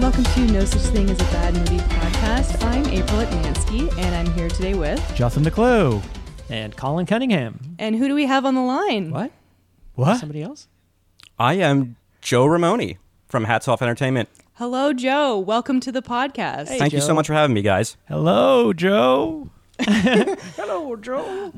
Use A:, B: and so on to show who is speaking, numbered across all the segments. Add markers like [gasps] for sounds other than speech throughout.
A: welcome to No Such Thing as a Bad Movie podcast. I'm April Atmansky, and I'm here today with.
B: Jotham DeClue.
C: and Colin Cunningham.
A: And who do we have on the line?
C: What?
B: What?
C: Somebody else?
D: I am Joe Ramoni from Hats Off Entertainment.
A: Hello, Joe. Welcome to the podcast.
C: Hey.
D: Thank you
C: Joe.
D: so much for having me, guys.
B: Hello, Joe.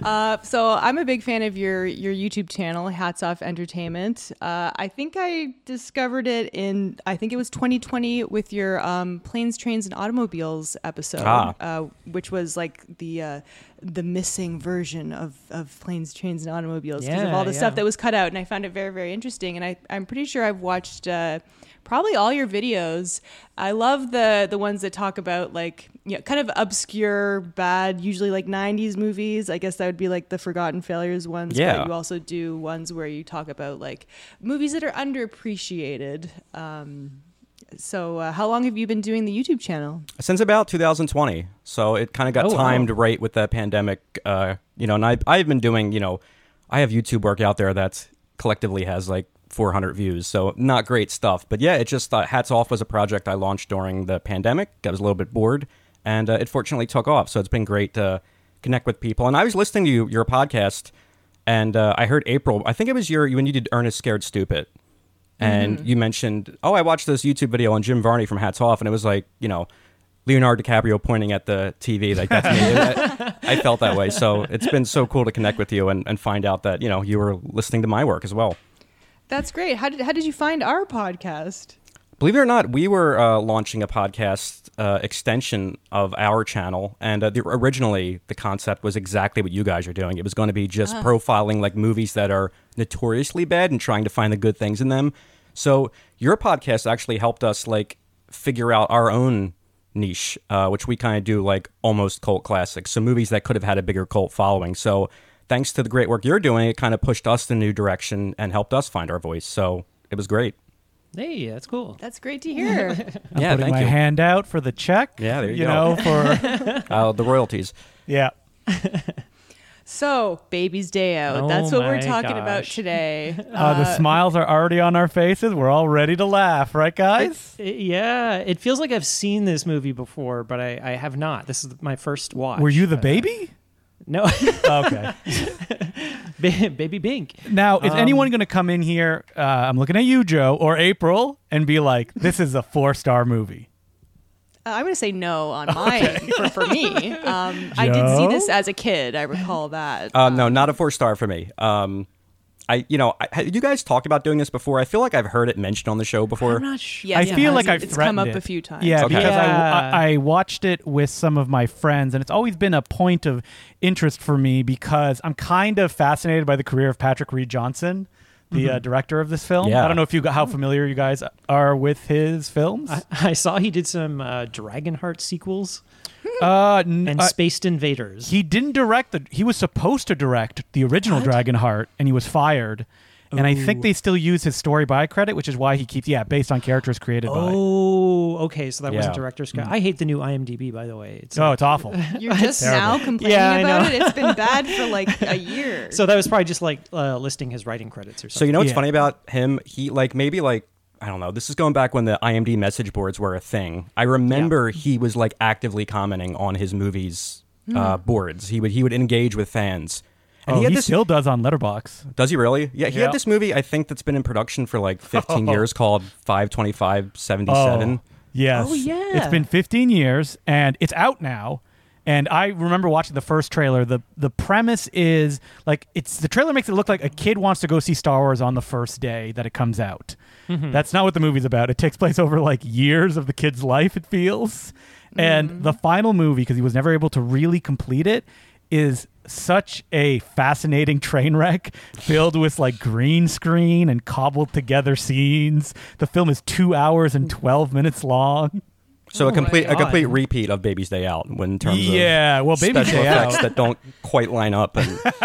A: Uh, so I'm a big fan of your your YouTube channel, Hats Off Entertainment. Uh, I think I discovered it in I think it was 2020 with your um, planes, trains, and automobiles episode,
D: Ah.
A: uh, which was like the uh, the missing version of of planes, trains, and automobiles because of
C: Yeah,
A: all the stuff
C: yeah.
A: that was cut out, and I found it very very interesting. And I I'm pretty sure I've watched. Uh, Probably all your videos. I love the the ones that talk about like you know, kind of obscure, bad, usually like '90s movies. I guess that would be like the Forgotten Failures ones. but
D: Yeah.
A: you also do ones where you talk about like movies that are underappreciated. Um, so, uh, how long have you been doing the YouTube channel?
D: Since about 2020, so it kind of got
C: Oh, wow.
D: timed right with the pandemic, uh, you know. And I, I've been doing, you know, I have YouTube work out there that collectively has like 400 views, so not great stuff. But yeah, it just uh, Hats Off was a project I launched during the pandemic. I was a little bit bored, and uh, it fortunately took off. So it's been great to connect with people. And I was listening to you, your podcast, and uh, I heard April. I think it was your when you did Ernest Scared Stupid. and you mentioned, oh, I watched this YouTube video on Jim Varney from Hats Off, and it was like, you know, Leonardo DiCaprio pointing at the TV, like that's me. I, I felt that way, so it's been so cool to connect with you and, and find out that you know you were listening to my work as well.
A: That's great. How did how did you find our podcast?
D: Believe it or not, we were uh, launching a podcast uh, extension of our channel, and uh, the, originally the concept was exactly what you guys are doing. It was going to be just profiling like movies that are notoriously bad and trying to find the good things in them. So your podcast actually helped us like figure out our own niche, uh, which we kind of do like almost cult classics, so movies that could have had a bigger cult following. So thanks to the great work you're doing, it kind of pushed us in a new direction and helped us find our voice. So it was great.
C: Hey, that's cool.
A: That's great to [laughs] hear.
B: I'm
D: Yeah,
B: putting
D: thank
B: my
D: you.
B: hand out for the check.
D: Yeah, there you
B: know,
D: go.
B: for
D: uh, the royalties.
B: yeah.
A: so, Baby's Day Out.
C: Oh
A: That's what we're
C: my
A: talking about
C: gosh. [laughs]
A: today.
B: Uh, the smiles are already on our faces. We're all ready to laugh, right, guys?
C: It- Eh, yeah, it feels like I've seen this movie before, but I, I have not. This is my first watch.
B: Were you the
C: Uh,
B: baby?
C: [laughs] No, [laughs]
B: okay.
C: Ba- Baby Bink.
B: Now, is anyone going to come in here? Uh, I'm looking at you, Joe, or April, and be like, "This is a four star movie."
A: Uh, I'm going to say no on mine for, for
C: [laughs]
A: me. Um, I did see
B: Joe?
A: this as a kid. I recall that.
D: Uh,
B: Um,
D: no, not a four star for me. Um, I, you know, I, have you guys talked about doing this before? I feel like I've heard it mentioned on the show before.
C: Not sure.
A: Yes,
B: I
A: it
B: feel
A: has.
B: like I've
A: it's come
B: threatened
A: up
B: it.
A: a few times.
B: Yeah,
D: Okay.
B: because I-
C: Yeah.
B: I, I watched it with some of my friends, and it's always been a point of interest for me because I'm kind of fascinated by the career of Patrick Reed Johnson, the uh, director of this film.
D: Mm-hmm. Yeah.
B: I don't know if you got- how familiar you guys are with his films.
C: I, I saw he did some uh, Dragonheart sequels
B: [laughs] uh, n-
C: and
B: uh,
C: Spaced Invaders.
B: he didn't direct the. He was supposed to direct the original Dragonheart, and he was fired. And I think they still use his story by credit, which is why he keeps yeah based on characters created by.
C: oh, okay. So that wasn't
D: Yeah.
C: director's cut. I hate the new IMDb, by the way. It's
B: Mm. Oh,
C: like-
A: [laughs]
B: it's awful.
A: You're just now complaining
C: Yeah, I
A: about
C: know.
A: it. It's been bad for
C: [laughs]
A: like a year.
C: so that was probably just like uh, listing his writing credits or something.
D: So you know what's
B: Yeah.
D: funny about him? He like maybe like I don't know. This is going back when the IMDb message boards were a thing. I remember he was like actively commenting on his movies uh, boards. He would he would engage with fans.
B: Hmm. Oh,
D: And he
B: he,
D: had this
B: still does on Letterbox.
D: Does he really? Yeah, he
B: Yeah.
D: had this movie I think that's been in production for
B: [laughs]
D: like 15 years called 52577.
B: Oh, yes.
C: Oh, yeah.
B: It's been 15 years and it's out now. And I remember watching the first trailer. The the premise is like it's the trailer makes it look like a kid wants to go see Star Wars on the first day that it comes out. That's not what the movie's about. It takes place over like years of the kid's life it feels. And the final movie because he was never able to really complete it is such a fascinating train wreck filled with like green screen and cobbled together scenes. The film is 2 hours and 12 minutes long.
D: So
C: Oh
D: a
C: my
D: complete a
C: God.
D: complete repeat of Baby's Day Out when in terms of
B: Yeah, well, Baby's
D: special
B: Day
D: effects
B: Out-
D: that don't quite line up and
B: [laughs]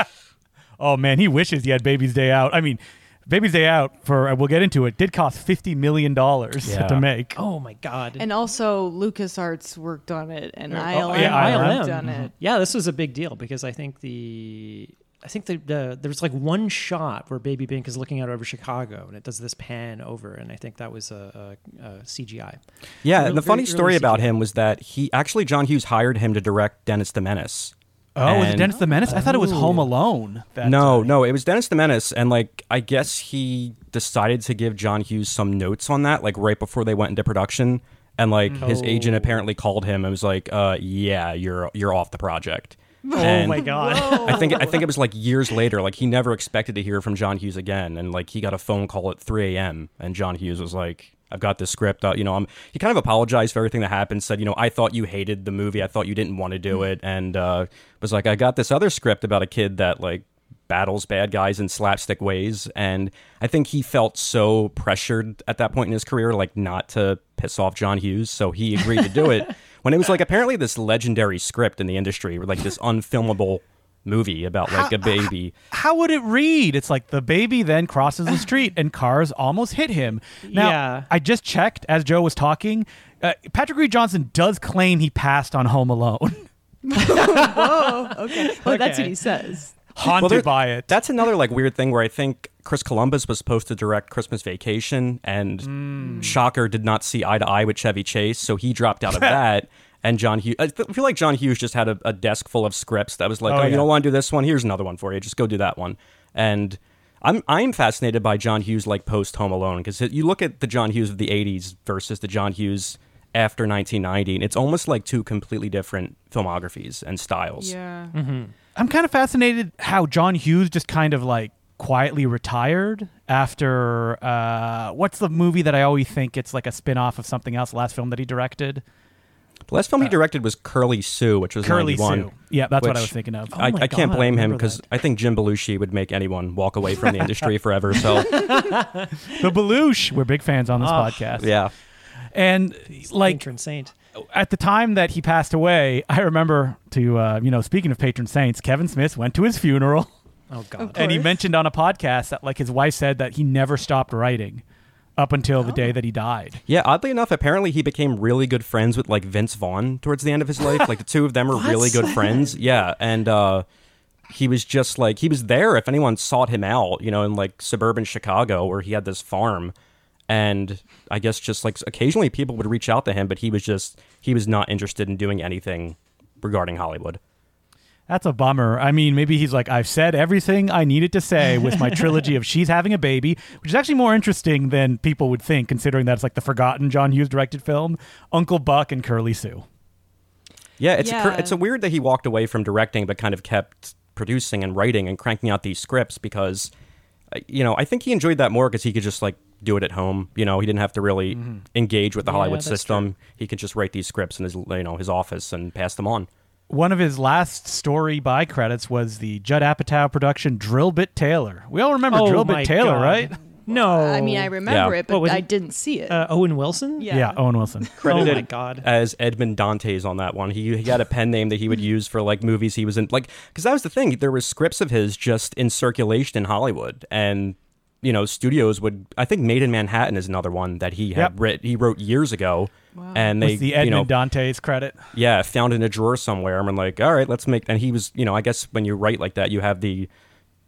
B: Oh man, he wishes he had Baby's Day Out. I mean, Baby's Day Out for uh, we'll get into it. Did cost 50 million dollars
D: Yeah.
B: to make.
C: oh my god.
A: and also, LucasArts worked on it, and
C: Or-
A: ILM,
B: yeah, ILM.
A: worked on it.
C: Yeah, this was a big deal because I think the I think the, the there's like one shot where Baby Bink is looking out over Chicago, and it does this pan over, and I think that was a, a, a CGI.
D: Yeah,
C: Real-
D: and the
C: very
D: funny
C: early
D: story about
C: CGI.
D: him was that he actually John Hughes hired him to direct Dennis the Menace.
B: Oh, was it
D: And-
B: Dennis the Menace? I thought it was Home Alone. That
D: no,
B: time.
D: no, it was Dennis the Menace, and like I guess he decided to give John Hughes some notes on that, like right before they went into production, and like his
B: Oh.
D: agent apparently called him and was like, uh, "Yeah, you're you're off the project."
C: Oh
D: And
C: my god!
D: I think I think it was like years later. Like he never expected to hear from John Hughes again, and like he got a phone call at 3 a.m. and John Hughes was like, "I've got this script. Uh, you know, I'm." He kind of apologized for everything that happened. Said, "You know, I thought you hated the movie. I thought you didn't want to do it," and uh, was like, "I got this other script about a kid that like." battles bad guys in slapstick ways and i think he felt so pressured at that point in his career like not to piss off john hughes so he agreed to do it when it was like apparently this legendary script in the industry like this unfilmable movie about like a baby.
B: How would it read? It's like the baby then crosses the street and cars almost hit him. Now,
C: Yeah.
B: I just checked as Joe was talking. Uh, Patrick Reed Johnson does claim he passed on Home Alone,
A: Whoa. Okay. [laughs] Well, that's what
C: Mm-hmm. Okay.
A: he says.
B: haunted
D: there-
B: by it.
D: That's another like weird thing where I think Chris Columbus was supposed to direct Christmas Vacation and Shocker did not see eye to eye with Chevy Chase, so he dropped out of that. And John Hughes, I th- feel like John Hughes just had a, a desk full of scripts that was like,
B: Oh,
D: oh,
B: yeah.
D: you don't want to do this one? Here's another one for you. Just go do that one. And I'm I'm fascinated by John Hughes like post Home Alone because you look at the John Hughes of the '80s versus the John Hughes after 1990, and it's almost like two completely different filmographies and styles.
A: Yeah.
C: Mm-hmm.
B: I'm kind of fascinated how John Hughes just kind of like quietly retired after uh, what's the movie that I always think it's like a spin off of something else, last film that he directed?
D: The last film
C: Uh,
D: he directed was Curly Sue, which was
B: Curly
D: 91,
B: Sue. Yeah, that's what I
D: which
B: was thinking of.
D: I,
C: Oh my
D: I can't
C: God, I
D: blame him
C: remember
D: because
C: that.
D: I think Jim Belushi would make anyone walk away
C: [laughs]
D: from the industry forever. So
B: the Belush. We're big fans on this
C: Ah.
B: podcast.
D: yeah,
B: And like
C: patron saint.
B: at the time that he passed away, I remember to uh, you know, speaking of patron saints, Kevin Smith went to his funeral
C: Oh god!
B: [laughs] and he
A: course.
B: mentioned on a podcast that like his wife said that he never stopped writing up until
C: Oh.
B: the day that he died.
D: yeah. Oddly enough, apparently he became really good friends with like Vince Vaughn towards the end of his life. Like the two of them were really good friends. Yeah, and uh, he was just like he was there if anyone sought him out. You know, in like suburban Chicago where he had this farm. And I guess just like occasionally people would reach out to him, but he was just he was not interested in doing anything regarding Hollywood.
B: That's a bummer. I mean, maybe he's like, I've said everything I needed to say with my trilogy
C: [laughs]
B: of She's Having a Baby, which is actually more interesting than people would think, considering that it's like the forgotten John Hughes directed film, Uncle Buck and Curly Sue.
D: Yeah, it's A,
A: Yeah.
D: cur- it's a weird that he walked away from directing, but kind of kept producing and writing and cranking out these scripts because, uh, you know, I think he enjoyed that more because he could just like do it at home. You know, he didn't have to really engage with the
C: Yeah,
D: Hollywood
C: that's
D: system. He could just write these scripts in his you know his office and pass them on.
B: One of his last story by credits was the Judd Apatow production Drill Bit Taylor. We all remember
C: oh
B: Drill
C: my
B: Bit Taylor,
C: God.
B: right?
C: No.
A: I mean, I remember
D: Yeah.
A: it, but
C: What was
A: I
C: it?
A: didn't see it.
C: uh, Owen Wilson.
A: Yeah.
B: Yeah, Owen Wilson.
C: Oh my
D: Credited
C: god.
D: as Edmond Dantes on that one. He, he had a pen name that he would use for like movies he was in, like because that was the thing. There were scripts of his just in circulation in Hollywood, and you know studios would. I think Made in Manhattan is another one that he
B: Yep.
D: had writ, he wrote years ago, and they
B: was the
D: you
B: Edmond
D: know
B: Dantes credit.
D: yeah found in a drawer somewhere. and am like, all right, let's make. And he was you know I guess when you write like that, you have the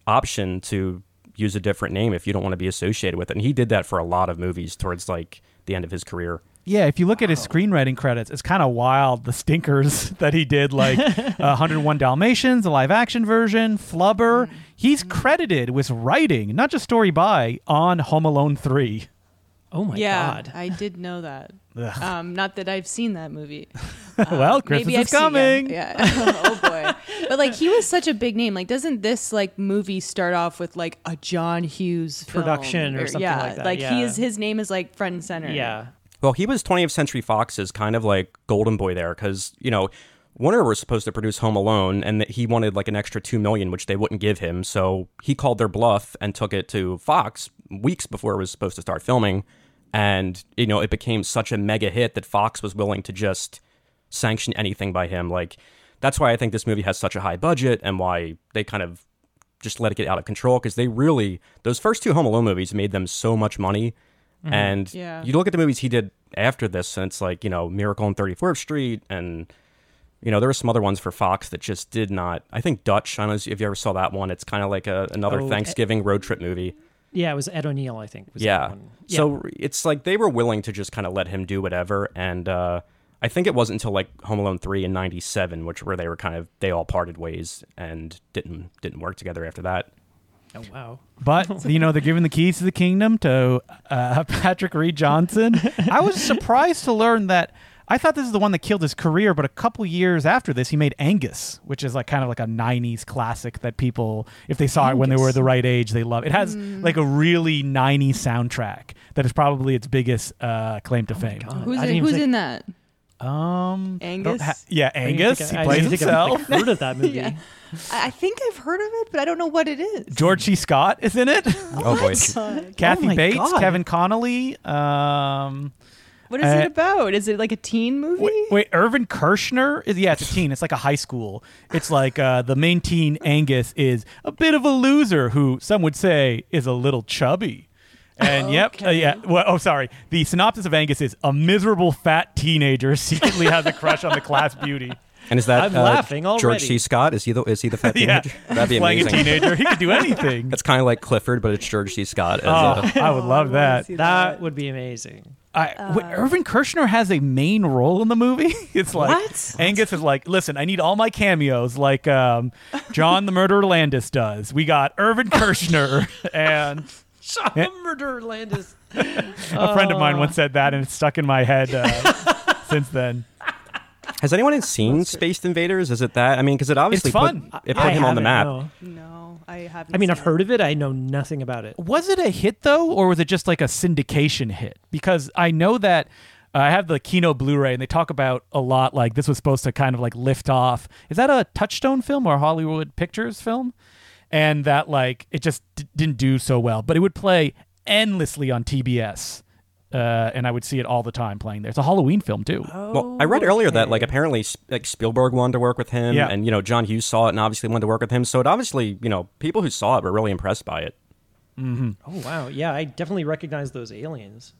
D: option to use a different name if you don't want to be associated with it. And he did that for a lot of movies towards like the end of his career.
B: Yeah, if you look at his screenwriting credits, it's kind of wild. The stinkers [laughs] that he did, like uh,
A: [laughs]
B: 101 Dalmatians, the live action version,
A: Mm-hmm.
B: Flubber. He's credited with writing, not just story by, on Home Alone 3.
C: oh my
A: yeah,
C: god.
A: I did know
C: [laughs]
A: that.
B: Ugh.
A: Um, not that I've seen that movie.
B: [laughs] well, Christmas
A: Maybe
B: is
A: I've seen-
B: coming.
A: yeah. [laughs] yeah. oh boy. But like he was such a big name. Like doesn't this like movie start off with like a John Hughes film?
C: Production or something
A: yeah,
C: like that,
A: Like
C: yeah.
A: he is his name is like front and center.
C: yeah.
D: Well, he was 20th Century Fox's kind of like golden boy there because, you know, Warner was supposed to produce Home Alone and that he wanted like an extra 2 million which they wouldn't give him. So, he called their bluff and took it to Fox weeks before it was supposed to start filming and, you know, it became such a mega hit that Fox was willing to just sanction anything by him. Like that's why I think this movie has such a high budget and why they kind of just let it get out of control because they really those first two Home Alone movies made them so much money.
C: Mm-hmm.
D: And
A: Yeah.
D: you look at the movies he did after this, and it's like you know Miracle on 34th Street and you You know, there were some other ones for Fox that just did not. I think Dutch. I don't know if you ever saw that one. It's kind of like a, another
C: Oh,
D: Thanksgiving road trip movie.
C: Yeah, it was Ed O'Neill, I think. Was that
D: yeah.
C: one.
D: So it's like they were willing to just kind of let him do whatever. And uh, I think it wasn't until like Home Alone three in '97, which where they were kind of they all parted ways and didn't didn't work together after that.
C: Oh wow. [laughs]
B: But you know, they're giving the keys to the kingdom to uh, [laughs] Patrick Reed Johnson. I
C: [laughs]
B: was surprised to learn that. I thought this is the one that killed his career, but a couple years after this, he made Angus, which is like kind of like a '90s classic that people, if they saw it when they were
C: Angus. Mm.
B: the right age, they love. It has like a really '90s soundtrack that is probably its biggest uh, claim to fame.
C: God.
A: Who's
C: I didn't
A: in,
C: even
A: who's
C: think-
A: in that?
B: Um, I don't
A: Angus?
B: ha- yeah,
C: I didn't
B: Angus.
C: think
B: He
C: I- I
B: plays
C: didn't think I've,
B: himself.
C: like, heard of that movie.
A: [laughs] Yeah. I I think I've heard of it, but I don't know what it is.
B: George C. Scott is
C: [gasps]
B: in it.
D: Oh boy.
C: [laughs]
B: Kathy
C: my
B: Bates,
C: God.
B: Kevin Connolly. Um,
A: What is
B: Uh,
A: it about? Is it like a teen movie?
B: Wait, wait, Irvin Kershner is yeah, it's a teen. It's like a high school. It's like uh, the main teen Angus is a bit of a loser who some would say is a little chubby. And yep, uh, yeah. Well, oh, sorry. The synopsis of Angus is a miserable fat teenager [laughs] secretly has a crush on the class
D: [laughs]
B: beauty.
D: And is that
C: I'm
D: uh,
C: laughing
D: George
C: already.
D: C. Scott? Is he the is he
C: [laughs]
D: the fat
B: Yeah,
D: teenager? That'd be
B: playing a
D: amazing.
B: teenager, he could do
D: [laughs]
B: anything.
D: That's kind of like Clifford, but it's George C. Scott. As
B: Oh,
C: [laughs]
D: a,
B: I would love that.
C: That would be amazing.
B: I, wait, Irvin Kershner has a main role in the movie. [laughs] It's like
A: What?
B: Angus is like, listen, I need all my cameos, like um, John the Murderer Landis does. We got Irvin Kershner, [laughs] and
C: Shot murder Landis.
B: a friend of mine once said that, and it's stuck in my head uh, since then.
D: has anyone seen Space Invaders? Is it that? I mean, because it obviously put-
B: fun.
D: it put
C: I
D: him on the
C: haven't,
D: map.
C: no.
A: no, I haven't.
C: I mean,
A: seen
C: I've
A: it.
C: heard of it. I know nothing about it.
B: Was it a hit though, or was it just like a syndication hit? Because I know that uh, I have the Kino Blu-ray, and they talk about a lot like this was supposed to kind of like lift off. Is that a Touchstone film or a Hollywood Pictures film? And that like it just d- didn't do so well, but it would play endlessly on TBS, uh, and I would see it all the time playing there. It's a Halloween film too.
D: Well, I read earlier that like
C: Okay.
D: apparently S- like Spielberg wanted to work with him,
B: Yeah.
D: and you know John Hughes saw it and obviously wanted to work with him. So it obviously you know people who saw it were really impressed by it.
C: Oh wow, yeah, I definitely recognize those aliens.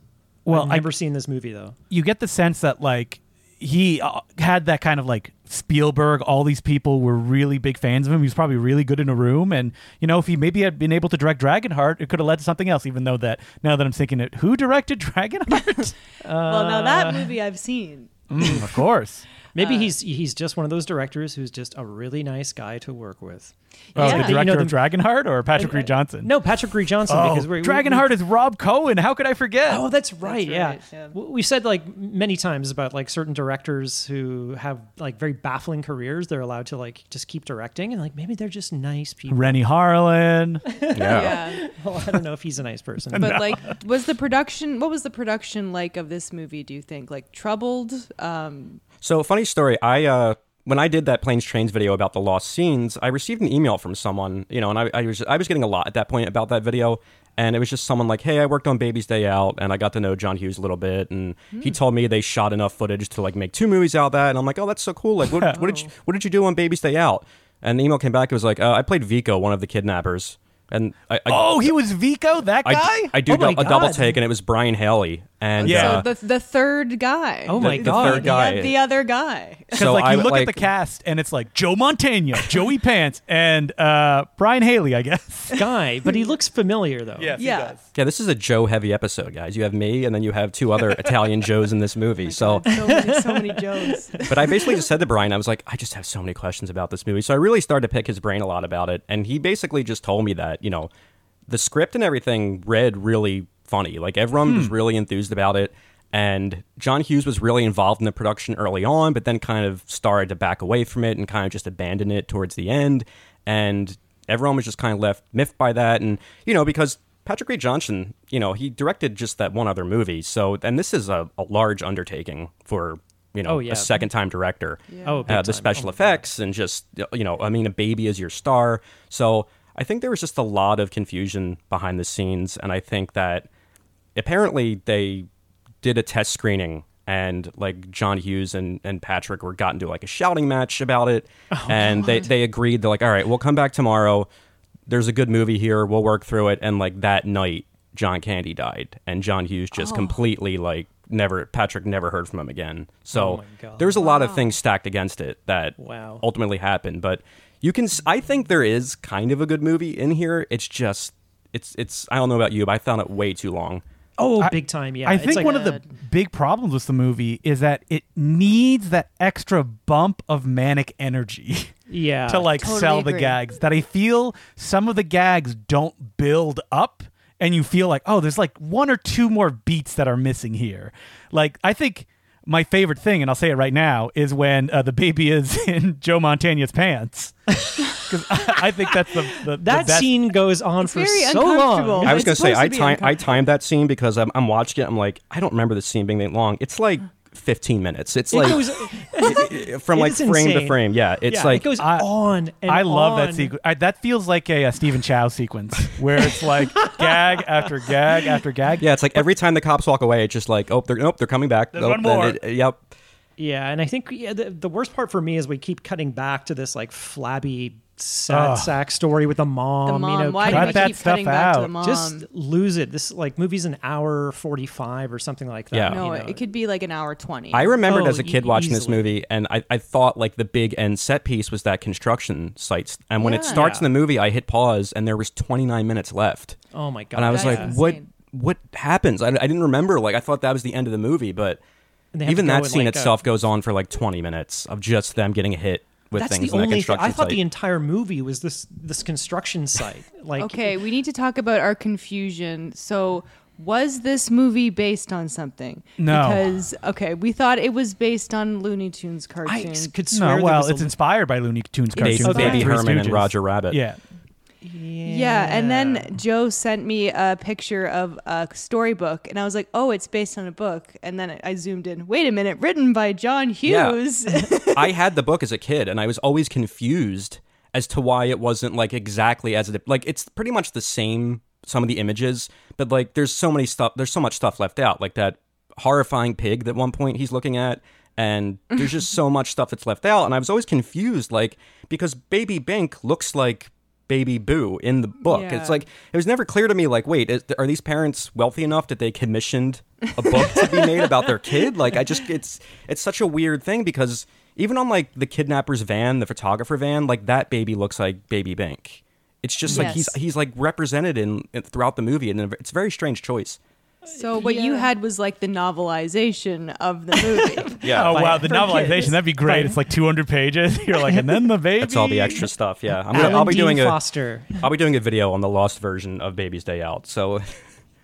B: Well,
C: I've
B: I-
C: never seen this movie though.
B: you get the sense that like he uh, had that kind of like Spielberg. All these people were really big fans of him. He was probably really good in a room, and you know, if he maybe had been able to direct Dragonheart, it could have led to something else. Even though that now that I'm thinking it, who directed [laughs]
D: [laughs]
B: Dragonheart?
A: Well, now
C: Uh,
A: that movie I've seen.
B: Mm, of course.
C: Maybe
B: Uh,
C: he's he's just one of those directors who's just a really nice guy to work with.
B: Oh,
A: Yeah.
B: the
A: You
B: director
C: know,
B: of
C: the-
B: Dragonheart or Patrick Reed Johnson?
C: No, Patrick Reed Johnson.
B: Oh,
C: because we're, we-
B: Dragonheart is Rob Cohen. How could I forget?
C: Oh, that's
A: That's
C: right. yeah.
A: right, yeah.
C: W- we've said like many times about like certain directors who have like very baffling careers. They're allowed to like just keep directing, and like maybe they're just nice people.
B: Rennie Harlan.
A: Yeah.
C: [laughs] well, I don't know if he's a nice person.
B: [laughs]
C: [laughs]
A: But like was the production what was the production like of this movie, do you think? Like troubled? Um
D: So funny story. I uh, when I did that planes trains video about the lost scenes, I received an email from someone. You know, and I, I was I was getting a lot at that point about that video, and it was just someone like, "Hey, I worked on Baby's Day Out, and I got to know John Hughes a little bit, and he told me they shot enough footage to like make two movies out of that." And I'm like, "Oh, that's so cool! Like, what, what did you what did you do on Baby's Day Out?" And the email came back. It was like, uh, "I played Vico, one of the kidnappers." And I, I,
B: Oh, he was Vico, that guy.
D: I, I do
C: Oh my
D: dou- a double
C: God.
D: take, and it was Brian Haley. And
B: Yeah.
D: yeah,
A: so the the third guy.
C: oh my
D: the
C: god.
D: third guy.
A: The, the other guy.
B: Because like you look at the cast and it's like Joe Montana, [laughs] Joey Pants, and uh, Brian Haley, I guess. [laughs]
C: guy, but he looks familiar though.
A: yeah.
D: Yeah, this is a Joe heavy episode, guys. You have me, and then you have two other Italian Joes in this movie. So,
A: [laughs] So many, so many jokes.
D: [laughs] but I basically just said to Brian, I was like, I just have so many questions about this movie. So I really started to pick his brain a lot about it. And he basically just told me that, you know, the script and everything read really funny. Like everyone
C: Hmm.
D: was really enthused about it. And John Hughes was really involved in the production early on, but then kind of started to back away from it and kind of just abandon it towards the end. And everyone was just kind of left miffed by that. And, you know, because Patrick Reed Johnson, you know, he directed just that one other movie. So, and this is a, a large undertaking for, you know,
C: Oh, yeah.
D: a second time director.
C: Oh, big
D: Uh, the
C: time.
D: special effects and just, you know, I mean, a baby is your star. So I think there was just a lot of confusion behind the scenes. And I think that apparently they did a test screening and like John Hughes and, and Patrick were got into like a shouting match about
C: [laughs]
D: it.
C: Oh,
D: and they, they agreed, they're like, all right, we'll come back tomorrow. There's a good movie here.
C: Oh.
D: We'll work through it. And like that night, John Candy died. And John Hughes just completely like never Patrick never heard from him again. So
C: Oh my God.
D: there's a lot of things stacked against it that
C: Wow.
D: ultimately happened. But you can s- I think there is kind of a good movie in here. It's just it's it's I don't know about you, but I found it way too
C: [laughs]
D: long.
C: Oh, big time. Yeah.
B: I
C: It's
B: think
C: like-
B: one of the big problems with the movie is that it needs that extra bump of manic energy [laughs]
C: yeah
B: to like
A: Totally
B: sell the
A: agree.
B: gags. That I feel some of the gags don't build up and you feel like, oh, there's like one or two more beats that are missing here. Like I think my favorite thing, and I'll say it right now, is when uh, the baby is [laughs] in Joe Montana's pants. [laughs] Because I, I think that's the, the, the
C: that
B: best
C: scene goes on for
A: very
C: so
A: uncomfortable.
C: long.
D: I was
A: It's
D: gonna say I
A: supposed to be
D: time I
A: uncomfortable.
D: timed that scene because I'm, I'm watching it. I'm like I don't remember the scene being that long. It's like 15 minutes. It's like
C: goes-
D: [laughs] from like
C: is
D: frame to
C: insane.
D: frame. Yeah, it's
C: yeah,
D: like
C: it goes
B: I-
C: on and
B: I love
C: on.
B: that sequence. I, that feels like a, uh Stephen Chow sequence where it's like gag after gag after gag.
D: yeah, it's like every time the cops walk away, it's just like oh they're nope they're coming back.
B: There's
D: Nope,
B: one
D: then
B: more.
D: it- yep.
C: Yeah, and I think yeah, the, the worst part for me is we keep cutting back to this like flabby sad
B: Ugh.
C: sack story with the mom.
A: The mom.
C: you know,
A: Why
C: cut-
B: cut
A: do we
B: that
A: keep cutting
B: stuff
A: back to
B: out.
A: the mom?
C: just lose it. This like movie's an hour forty five or something like that.
D: Yeah.
A: no,
C: you know.
A: it could be like an hour twenty.
D: I remembered
C: Oh,
D: as a kid
C: e-
D: watching this
C: easily.
D: movie, and I, I thought like the big end set piece was that construction sites. And when it
A: Yeah.
D: starts
C: Yeah.
D: in the movie, I hit pause, and there was 29 minutes left,
C: Oh my god!
D: and I was
A: That's
D: like,
A: insane.
D: what what happens? I, I didn't remember. Like I thought that was the end of the movie, but
C: And they have to
D: even
C: go
D: that
C: in,
D: scene
C: like, a-
D: itself goes on for like 20 minutes of just them getting hit with
C: that's
D: things
C: the
D: in that
C: only. Thing.
D: construction
C: I thought
D: site.
C: the entire movie was this this construction site. Like,
A: Okay, we need to talk about our confusion. So, was this movie based on something?
B: No.
A: Because okay, we thought it was based on Looney Tunes
C: I
A: cartoon.
C: s- could swear.
B: No,
C: there
B: well,
C: was a-
B: it's inspired by Looney Tunes
D: Baby-
B: cartoons. like
D: Baby
B: Three
D: Herman and
B: Stooges.
D: Roger Rabbit.
B: Yeah,
A: yeah, and then Joe sent me a picture of a storybook, and I was like, "Oh, it's based on a book." And then I zoomed in. Wait a minute, written by John
D: Yeah.
A: Hughes.
D: I had the book as a kid, and I was always confused as to why it wasn't like exactly as it like it's pretty much the same some of the images, but like there's so many stuff there's so much stuff left out like that horrifying pig that one point he's looking at and there's just so much stuff that's left out and I was always confused like because baby Bink looks like baby Boo in the book.
A: Yeah.
D: It's like it was never clear to me like wait, is, are these parents wealthy enough that they commissioned a book to be made about their kid? Like I just it's it's such a weird thing because even on like the kidnapper's van, the photographer van, like that baby looks like baby Bank. It's just like he's
A: Yes.
D: he's like represented in, throughout the movie and it's a very strange choice.
A: so what you had was like the novelization of the movie.
B: Oh
C: By-
B: wow, the
A: for
B: novelization
A: kids.
B: that'd be great. It's like 200 pages. [laughs] You're like, and then the baby.
D: That's all the extra stuff. Yeah, I'm
C: Alan
D: gonna, I'll be
C: Dean
D: doing a
C: Foster.
D: will be doing a video on the lost version of Baby's Day Out. So, [laughs]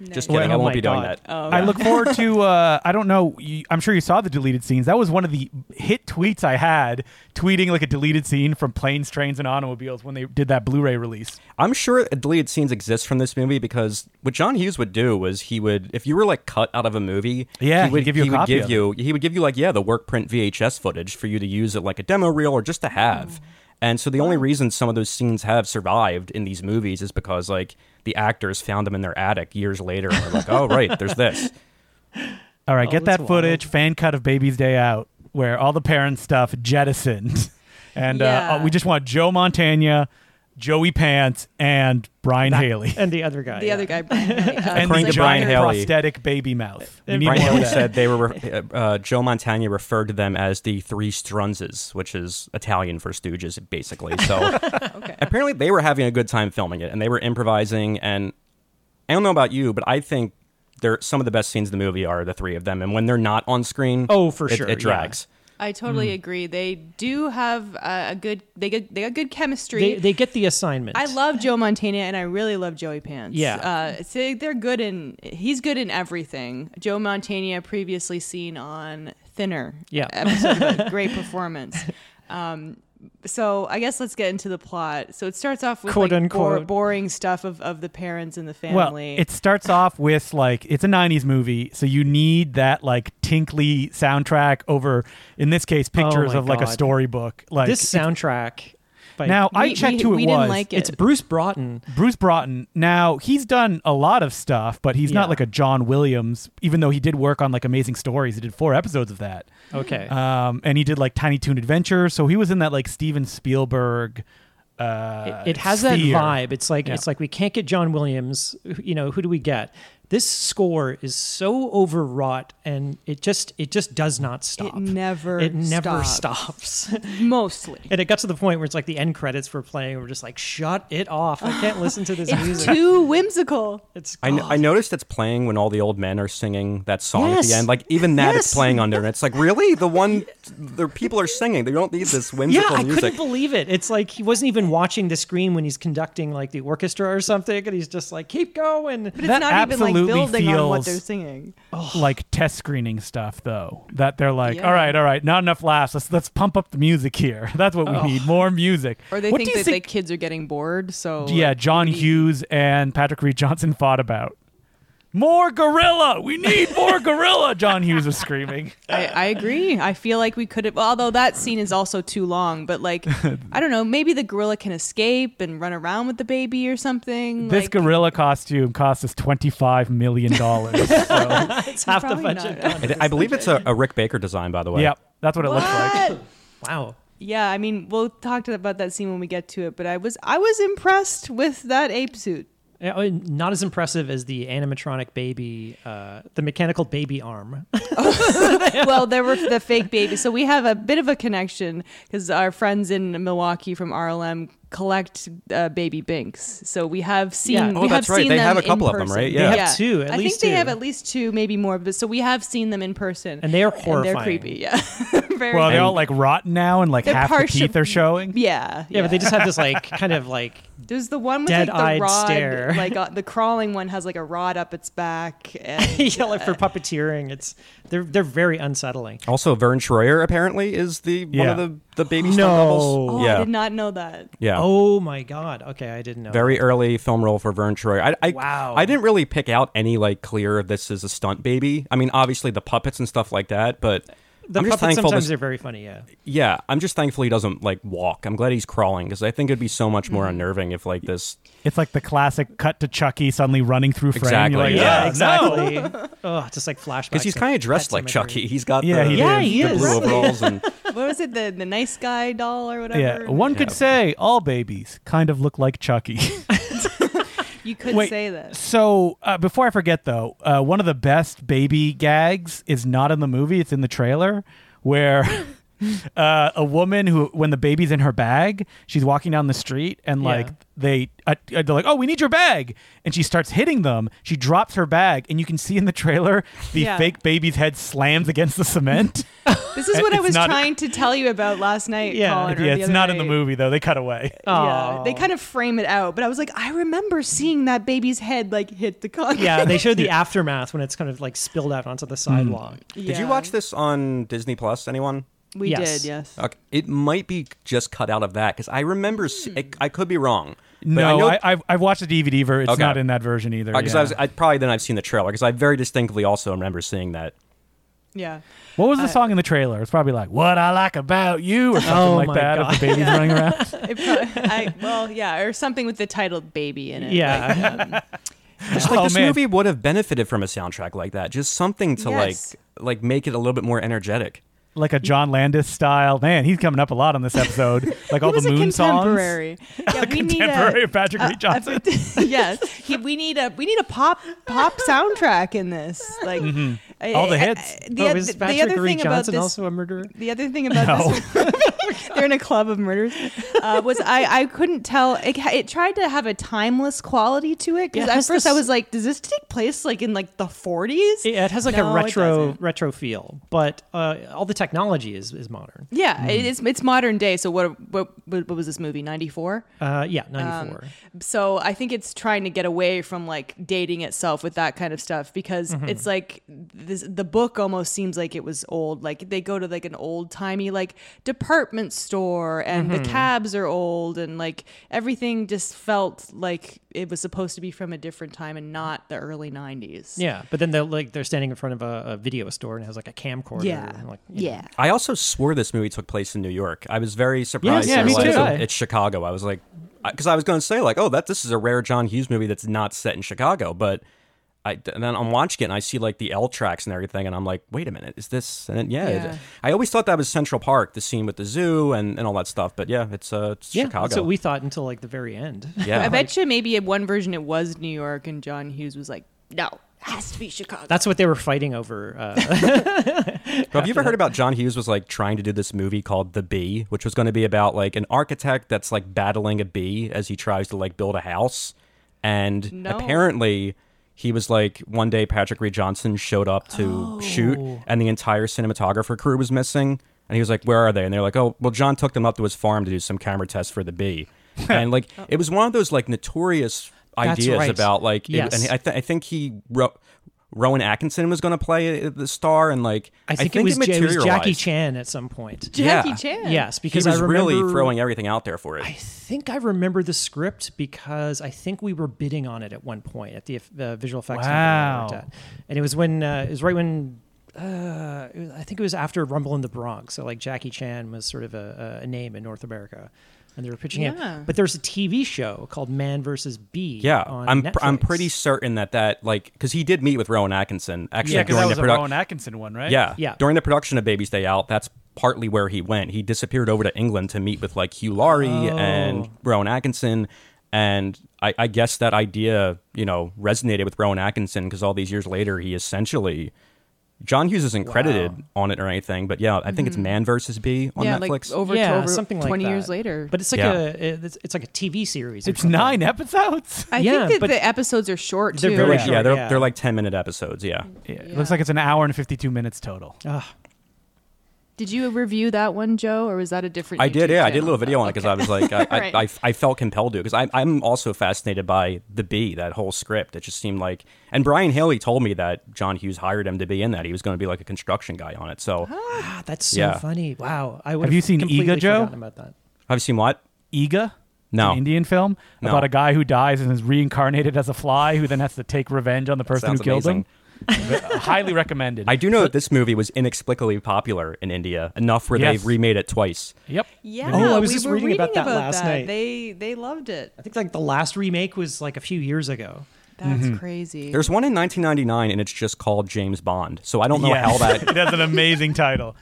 D: just
A: Nice.
D: kidding, I
C: Oh
D: won't
C: my
D: be doing
C: God.
D: that.
B: I look forward to. Uh, I don't know. You, I'm sure you saw the deleted scenes. That was one of the hit tweets I had, tweeting like a deleted scene from Planes, Trains, and Automobiles when they did that Blu-ray release.
D: I'm sure deleted scenes exist from this movie because what John Hughes would do was he would, if you were like cut out of a movie,
B: Yeah,
D: he would
B: he'd give you a
D: he would
B: copy
D: give
B: of it.
D: you, he would give you like yeah, the work print VHS footage for you to use it like a demo reel or just to
B: Mm.
D: have. And so the only reason some of those scenes have survived in these movies is because like the actors found them in their attic years later and were like, oh right, there's this.
B: All right,
C: Oh,
B: get
C: that's
B: that footage, fan cut of Baby's Day Out, where all the parents' stuff jettisoned, [laughs] and uh,
A: Yeah.
B: oh, we just want Joe Montana, Joey Pants, and Brian
C: [laughs]
B: Haley,
C: and the other guy.
A: The
C: yeah.
A: other guy, Brian Haley. Uh,
B: and
A: he's
B: the
D: According to
A: like,
D: Brian
B: giant
A: "Wonder-
D: Haley-
B: prosthetic baby mouth. We need
D: Brian
B: more of
D: Haley
B: that.
D: said they were uh, uh, Joe Montagna referred to them as the three Strunzes, which is Italian for Stooges, basically. So
A: Okay.
D: apparently they were having a good time filming it and they were improvising and i don't know about you but i think they're some of the best scenes in the movie are the three of them and when they're not on screen
C: Oh, for
D: it-
C: sure,
D: it drags
A: I totally agree. They do have uh, a good. They get they got good chemistry.
C: They, they get the assignment.
A: I love Joe Montana and I really love Joey Pants.
C: Yeah.
A: Uh, so they're good in, he's good in everything. Joe Montana, previously seen on Thinner.
C: Yeah.
A: Episode
B: [laughs]
A: about great performance. Um, so I guess let's get into the plot. So it starts off with
C: Quote,
A: like, bor-
C: unquote.
A: boring stuff of, of the parents and the
B: Well,
A: family.
B: it starts off with like it's a '90s movie, so you need that like tinkly soundtrack over, in this case, pictures
C: Oh my
B: of like a
C: God.
B: storybook. Like
C: this soundtrack. By
B: now, I
A: We-
B: checked
A: we-
B: who it
A: we
B: was.
A: didn't like it.
C: it's Bruce Broughton.
B: Bruce Broughton. Now he's done a lot of stuff, but he's
C: Yeah.
B: not like a John Williams. Even though he did work on like Amazing Stories, he did four episodes of that,
C: Okay.
B: um, and he did like Tiny Toon Adventure. So he was in that like Steven Spielberg. Uh,
C: it, it has that
B: sphere.
C: vibe. It's like
B: Yeah.
C: it's like we can't get John Williams. You know, who do we get? This score is so overwrought, and it just it just does not stop.
A: It never
C: it never
A: stops.
C: stops. [laughs]
A: Mostly.
C: and it got to the point where it's like the end credits were playing. We're just like, shut it off! I can't listen to this
A: It's
C: music.
A: too whimsical.
C: it's
D: I, kn-
C: oh,
D: I noticed it's playing when all the old men are singing that song at
C: Yes.
D: the end. Like even that it's
C: Yes.
D: playing under, and it's like really the
C: [laughs]
D: one the people are singing. They don't need this
C: Yeah,
D: whimsical
C: I
D: music.
C: couldn't believe it. It's like he wasn't even watching the screen when he's conducting like the orchestra or something, and he's just like, keep going.
A: But it's
B: That
A: not even like
B: absolutely
A: building on what
B: feels-
A: they're singing.
B: like test screening stuff though that they're like
A: Yeah.
B: all right all right not enough laughs let's let's pump up the music here [laughs] that's what we need more music
A: Or they
B: what
A: think
B: do you
A: that the kids are getting bored, so
B: yeah john hughes and patrick reed johnson fought about more gorilla we need
A: [laughs]
B: more gorilla john hughes was screaming
A: I, I agree. I feel like we could have, although that scene is also too long, but
B: [laughs]
A: like, I don't know, maybe the gorilla can escape and run around with the baby or something.
B: this
A: like,
B: gorilla costume cost us 25 million
A: [laughs]
B: dollars so,
C: it's [laughs] half the
A: probably
C: budget.
A: not.
D: It- I believe it's a, a Rick Baker design, by the way.
B: yep that's what it looks like
A: What?
C: Wow.
A: Yeah, I mean, we'll talk to about that scene when we get to it, but I was I was impressed with that ape
D: [laughs]
A: suit.
C: Yeah, I mean, Not as impressive as the animatronic baby, uh, the mechanical baby arm.
A: well, there were the fake babies. So we have a bit of a connection because our friends in Milwaukee from RLM collect uh, baby binks. So we have seen.
C: Yeah.
A: We
D: Oh,
A: have
D: that's right.
A: Seen
D: They
A: them
D: have a
A: in
D: couple of them,
A: person.
D: right? They Yeah. have
C: two, at
A: I
C: least
A: think
C: two.
A: they have at least two, maybe more. But so we have seen them in person, [laughs]
C: And they are
A: they're
C: horrifying.
A: creepy. Yeah. [laughs] Very.
B: well they're all like rotten now and like
A: They're
B: half the
A: partial-
B: teeth are showing
A: yeah,
C: Yeah, but they just have this like kind of like [laughs]
A: There's the one with like
C: Dead-eyed
A: the rod,
C: stare.
A: like uh, the crawling one has like a rod up its back.
C: [laughs]
A: And,
C: yeah, like for puppeteering. It's they're they're very unsettling.
D: Also, Vern Troyer apparently is the one
B: Yeah.
D: of the the baby stunt
C: No.
D: doubles.
A: oh,
D: yeah,
A: I did not know that.
D: yeah.
C: Oh my god. Okay, I didn't know.
D: Very early film role for Vern Troyer. I, I,
C: Wow.
D: I didn't really pick out any like clear this is a stunt baby. I mean, obviously the puppets and stuff like that, but
C: the
D: I'm just
C: puppets
D: thankful.
C: sometimes
D: This,
C: are very funny. Yeah.
D: yeah, I'm just thankful he doesn't like walk. I'm glad he's crawling because I think it'd be so much
A: Mm.
D: more unnerving if like this.
B: it's like the classic cut to chucky suddenly running through frame
D: Exactly,
B: You're like,
D: yeah.
B: "Ah,
A: [laughs]
B: no."
C: exactly. oh, just like flashbacks.
D: Because he's kind of dressed like Chucky. He's got
B: Yeah,
D: the,
B: he
C: Yeah, did. he
D: the
C: is.
D: blue overalls and
A: [laughs] What was it? The the nice guy doll or whatever.
B: Yeah, one could
D: Yeah.
B: say all babies kind of look like Chucky. [laughs]
A: You could
B: Wait,
A: say that.
B: so uh, before I forget, though, uh, one of the best baby gags is not in the movie; it's in the trailer, where [laughs] uh, a woman who, when the baby's in her bag, she's walking down the street, and
C: Yeah.
B: like they, uh, they're like, "Oh, we need your bag," and she starts hitting them. She drops her bag, and you can see in the trailer the
A: Yeah.
B: fake baby's head slams against
A: [laughs]
B: the cement.
A: This is what I
B: uh, It's
A: was
B: not-
A: trying to tell you about last night,
C: Yeah,
A: Colin. or
B: yeah,
A: the
B: it's
A: other
B: not in the
A: night.
B: movie though; they cut away.
A: Yeah,
C: Aw.
A: they kind of frame it out, but I was like, I remember seeing that baby's head like hit the concrete. [laughs]
C: [laughs] Yeah, Hmm. they showed the aftermath when it's kind of like spilled out onto the sidewalk.
D: Did you
A: Yeah.
D: watch Oh. this on Disney Plus? Anyone?
A: We
C: Yes.
A: did, yes.
D: Okay. It might be just cut out of that because I remember. se- It, I could be wrong. but I
B: Hmm. No,
D: know,
B: I I've, I've watched the DVD version. It's
D: Okay.
B: not in that version either.
D: because
B: yeah.
D: I was uh, I, probably then I've seen the trailer because I very distinctly also remember seeing that.
A: Yeah.
B: what was the song in the trailer? It's probably like "What I Like About You" or something
C: Oh
B: like
C: my
B: that. Of the babies running around.
A: It pro- I, well, yeah, or something with the title "baby" in it.
C: Yeah.
A: like,
C: [laughs]
A: um,
D: It's like
B: Oh,
D: this
B: man.
D: movie would have benefited from a soundtrack like that. Just something to
A: Yes.
D: like like make it a little bit more energetic.
B: Like a John Landis style. Man, he's coming up a lot on this episode. Like all
A: he was
B: the
A: a
B: moon [laughs] songs.
A: contemporary. Yeah, we
B: Contemporary
A: need
B: of Patrick Reed
A: a,
B: Johnson.
A: [laughs] yes, he, we need a we need a pop pop soundtrack in this. Like
C: Mm-hmm.
A: I-
B: All the
A: I-
B: hits.
A: I- the,
C: oh,
A: oth-
C: is
A: the
C: Patrick
A: other
C: Reed
A: thing about
C: Johnson
A: this
C: also a murderer?
A: The other thing about this [laughs] they're in a club of murders, uh, was I, I couldn't tell. It, ha- it tried to have a timeless quality to it because
C: Yeah, it
A: at
C: has
A: first
C: this-
A: I was like, does this take place like in like the 40s?
C: It has like
A: No,
C: a
A: it
C: retro
A: doesn't.
C: retro feel, but uh, all the technology is is modern.
A: Yeah,
C: Mm.
A: it is, it's modern day. So what, what, what was this movie, 94?
C: Uh, yeah, ninety four.
A: So I think it's trying to get away from like dating itself with that kind of stuff because
C: Mm-hmm.
A: it's like this, the book almost seems like it was old. Like they go to like an old timey like department store and
C: Mm-hmm.
A: the cabs are old and like everything just felt like it was supposed to be from a different time and not the early 90s.
C: yeah, but then they're like they're standing in front of a, a video store and it has like a camcorder.
A: Yeah.
C: and, like, you know.
A: Yeah.
D: I also swore this movie took place in New York. I was very surprised.
B: yeah,
D: to
B: me
D: realize
B: too.
D: it- It's Chicago. I was like, because I was going to say like, oh, that this is a rare John Hughes movie that's not set in Chicago. But I and then I'm watching it and I see like the L tracks and everything, and I'm like, wait a minute, is this? And then, yeah, it-
A: Yeah.
D: I always thought that was Central Park, the scene with the zoo and, and all that stuff. But yeah, it's uh, it's
C: Yeah,
D: Chicago.
C: that's what we thought until like the very end.
B: [laughs]
D: yeah,
A: I bet you maybe in one version it was New York and John Hughes was like, no, has to be Chicago.
C: [laughs] That's what they were fighting over. [laughs] Uh, [laughs]
D: Bro, have you ever heard about John Hughes was like trying to do this movie called The Bee, which was going to be about like an architect that's like battling a bee as he tries to like build a house, and
A: No.
D: apparently he was like one day Patrick Reed Johnson showed up to shoot,
C: Oh.
D: and the entire cinematographer crew was missing, and he was like, "Where are they?" And they're like, "Oh, well, John took them up to his farm to do some camera tests for The
C: [laughs]
D: Bee," and like it was one of those like notorious
C: That's
D: ideas
C: right.
D: about like it-
C: Yes.
D: and I, th- I think he wrote. Rowan Atkinson was going to play uh, the star, and like
C: I think, it, was, Ja- it was Jackie
D: materialized.
C: Chan at some point.
A: Jackie
D: yeah.
A: Chan.
C: Yes,
D: He
C: because
D: was
C: I remember,
D: really throwing everything out there for it.
C: I think I remember the script because I think we were bidding on it at one point at the uh, visual effects
B: Wow.
C: company I worked at, and it was when uh, it was right when uh, it was- I think it was after Rumble in the Bronx. So like Jackie Chan was sort of a, a name in North America, and they were pitching
A: Yeah.
C: it. But there's a TV show called Man versus Bee.
D: yeah,
C: on
D: I'm pr- I'm
C: Netflix.
D: pretty certain that that like because he did meet with Rowan Atkinson actually
B: Yeah, because
D: during
B: that was
D: the
B: a
D: production.
B: Rowan Atkinson one, right?
D: Yeah,
C: Yeah.
D: during the production of Baby's Day Out, that's partly where he went. He disappeared over to England to meet with like Hugh Laurie
C: Oh.
D: and Rowan Atkinson, and I, I guess that idea you know resonated with Rowan Atkinson because all these years later he essentially. John Hughes isn't credited on it or anything, but yeah, I think
C: Mm-hmm.
D: it's Man versus Bee on
A: yeah,
D: Netflix.
A: like over,
C: yeah,
A: over
C: something like
A: twenty
C: that.
A: years later.
C: But it's like
D: Yeah.
C: a it's, it's like a TV series. or
B: It's
C: something.
B: nine episodes. [laughs]
A: I
C: Yeah,
A: think that
C: but-
A: the episodes are short
C: They're
A: too.
D: they're
C: very
D: like,
C: Yeah.
D: yeah, they're,
C: Yeah.
D: they're like 10 minute episodes. Yeah.
B: It looks like it's an hour and 52 minutes total.
C: Ugh.
A: Did you review that one, Joe, or was that a different?
D: I did,
A: YouTube
D: yeah. I did a
A: channel?
D: little video on it because I was like, I,
A: Right.
D: I, I, I felt compelled to because I'm also fascinated by the B, that whole script. It just seemed like, and Brian Haley told me that John Hughes hired him to be in that. He was going to be like a construction guy on it. So
C: Ah, that's so
D: Yeah.
C: funny. Wow. I
B: Have you seen Ego, Joe?
C: About that.
D: have you seen what?
B: Iga?
D: No.
B: It's an Indian film
D: No.
B: about a guy who dies and is reincarnated as a fly who then has to take revenge on the person who
D: sounds
B: killed
D: amazing.
B: him. [laughs] Highly recommended.
D: I do know that this movie was inexplicably popular in India enough where
B: Yes.
D: they've remade it twice.
B: yep.
A: Yeah.
C: Oh, I was
A: we
C: just
A: were
C: reading about that last night.
A: They they loved it.
C: I think like the last remake was like a few years ago.
A: That's crazy.
D: There's one in 1999 and it's just called James Bond. So I don't know
B: Yes. [laughs]
D: how that.
B: it has an amazing title.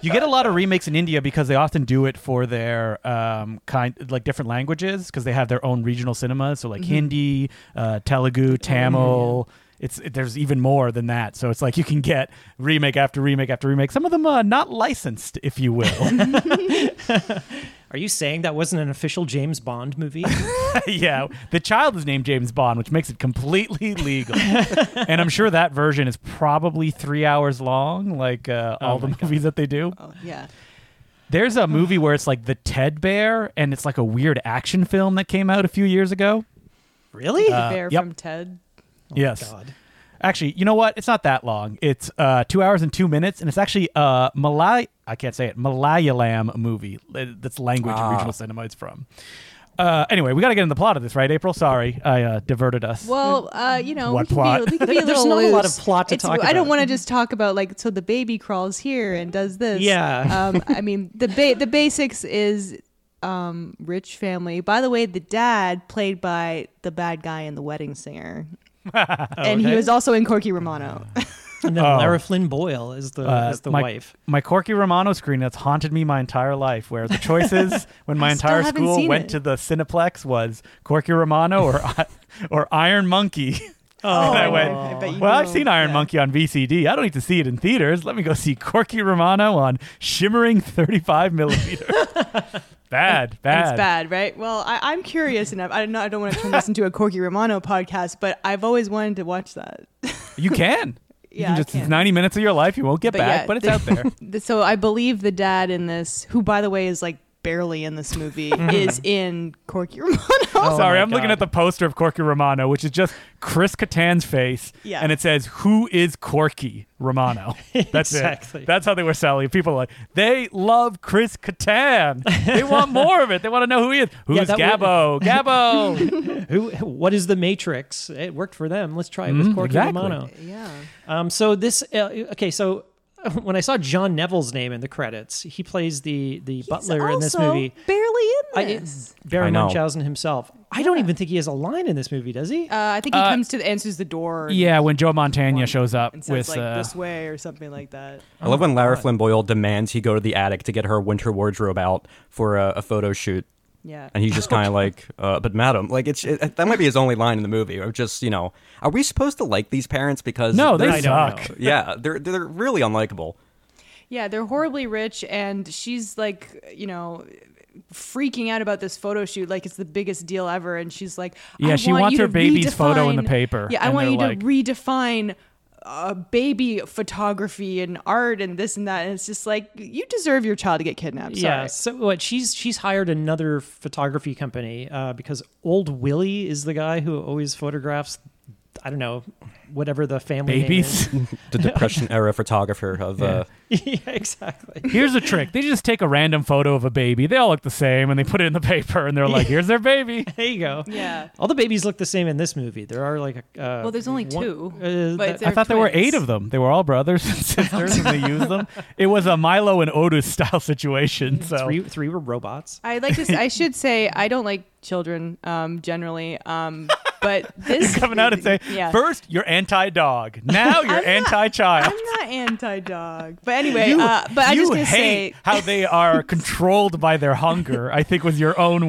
B: You get a lot of remakes in India because they often do it for their um, kind, like different languages, because they have their own regional cinemas. So like Hindi, uh, Telugu, Tamil. It's it, there's even more than that. So it's like you can get remake after remake after remake. Some of them uh, not licensed, if you will.
C: Are you saying that wasn't an official James Bond
B: [laughs]
C: movie?
B: yeah, the child is named James Bond, which makes it completely legal. and I'm sure that version is probably three hours long, like uh, all the movies that they do.
A: oh, yeah.
B: There's a movie where it's like the Ted Bear, and it's like a weird action film that came out a few years ago.
C: really?
A: The bear
B: yep.
A: from Ted.
B: yes.
C: God.
B: Actually, you know what? It's not that long. It's uh, two hours and two minutes, and it's actually a Malay I can't say it Malayalam movie. uh, That's language
D: Ah.
B: regional cinema it's from. Uh, anyway, we got to get in the plot of this, right, April? Sorry, I uh, diverted us.
A: Well, uh, you know,
B: What
A: we can,
B: plot?
A: Be, we can be a
C: Mm. There's
A: little
C: not a lot of
A: loose.
C: plot to talk
A: I don't
C: about.
A: want to just talk about like so the baby crawls here and does this.
C: Yeah.
A: Um, I mean the ba- the basics is um, rich family. By the way, the dad played by the bad guy in The Wedding Singer, and he
C: Okay.
A: was also in Corky Romano.
C: And then
B: Oh.
C: Lara Flynn Boyle is the
B: Uh,
C: is the
B: my,
C: wife.
B: My Corky Romano screen that's haunted me my entire life, where the
A: [laughs]
B: choices when my
A: I still
B: entire
A: haven't
B: school
A: seen
B: went
A: it.
B: to the Cineplex was Corky
A: [laughs]
B: Romano or or Iron Monkey.
A: Oh,
B: And
A: [laughs]
B: I
A: I
B: went,
A: know. I bet you
B: well, I've
A: know."
B: seen Iron
A: Yeah.
B: Monkey on VCD. I don't need to see it in theaters. Let me go see Corky Romano on
A: [laughs]
B: shimmering 35 millimeter. bad, bad.
A: It's bad, right? Well, I, I'm curious enough. I don't, I don't want to turn this into a Corky Romano podcast, but I've always wanted to watch that. [laughs]
B: You can. You
A: Yeah,
B: can
A: I
B: just
A: can.
B: it's 90 minutes of your life. You won't get
A: But
B: back,
A: yeah,
B: but it's
A: the-
B: out there.
A: The- So I believe the dad in this, who by the way is like barely in this movie, is in Corky Romano.
B: [laughs]
C: Oh
B: Sorry,
C: my
B: I'm looking
C: God.
B: at the poster of Corky Romano, which is just Chris Kattan's face,
A: Yeah.
B: and it says, "Who is Corky
C: [laughs]
B: Romano?" That's
C: Exactly.
B: it. That's how they were selling. it. People are like, they love Chris Kattan. They
C: [laughs]
B: want more of it. They want to know who he is. Who's
C: that would- [laughs]
B: Gabbo? Gabbo.
C: Who? What is the Matrix? It worked for them. Let's try it with
B: Mhm,
C: Corky
B: exactly.
C: Romano.
A: yeah.
C: Um, so this uh, okay. So [laughs] when I saw John Neville's name in the credits, he plays the the butler in this
A: also
C: movie.
A: Barely
C: I,
A: in this.
C: it's Barry
D: I know.
C: Munchausen himself. I don't even think he has a line in this movie, does he?
A: uh, I think he comes to the answers the door. and-
B: yeah, when Joe Montana shows up
A: and says
B: with
A: like
B: uh,
A: this way or something like that.
D: I love when Lara Flynn Boyle demands he go to the attic to get her winter wardrobe out for a, a photo shoot.
A: Yeah.
D: and he's just
B: [laughs]
D: kind of like, uh, "But madam, like it's it, that might be his only line in the movie." Or just you know, are we supposed to like these parents because
B: No, they
D: they're-
C: don't
B: suck.
D: [laughs] yeah, they're they're really unlikable.
A: Yeah, they're horribly rich, and she's like, you know, freaking out about this photo shoot like it's the biggest deal ever. And she's like, I
B: Yeah, she
A: want
B: wants
A: you to
B: her baby's photo in the
A: redefine-
B: paper,
A: Yeah, I
B: and
A: want
B: they're
A: you
B: like-
A: to redefine uh, baby photography and art and this and that. And it's just like you deserve your child to get kidnapped. Sorry.
C: Yeah. So what she's she's hired another photography company uh, because old Willie is the guy who always photographs. I don't know, whatever the family name
B: Babies.
D: The Depression era photographer of uh,
C: is. [laughs] yeah,
B: [laughs]
C: exactly.
B: Here's a trick. They just take a random photo of a baby. They all look the same, and they put it in the paper, and they're
C: [laughs]
B: like, "Here's their baby."
C: There you go.
A: Yeah.
C: All the babies look the same in this movie. There are like a, uh,
A: Well, there's only two, but
C: uh, that-
B: I [laughs]
A: They're
B: thought there were eight
A: twins.
B: of them. They were all
A: [laughs]
B: brothers and sisters, and they used them. It was a Milo and Otis style situation. So
C: three three were robots.
A: I like this. I should say I don't like children um, generally, um,
B: [laughs]
A: but this
B: [laughs] coming out and say,
A: [laughs] Yeah.
B: first you're anti-dog,
A: [laughs]
B: now you're anti-child.
A: I'm not anti-dog, but anyway,
B: you,
A: uh, but I'm
B: you
A: just gonna
B: hate
A: say,
B: how they
A: [laughs]
B: are controlled by their hunger. I think was your own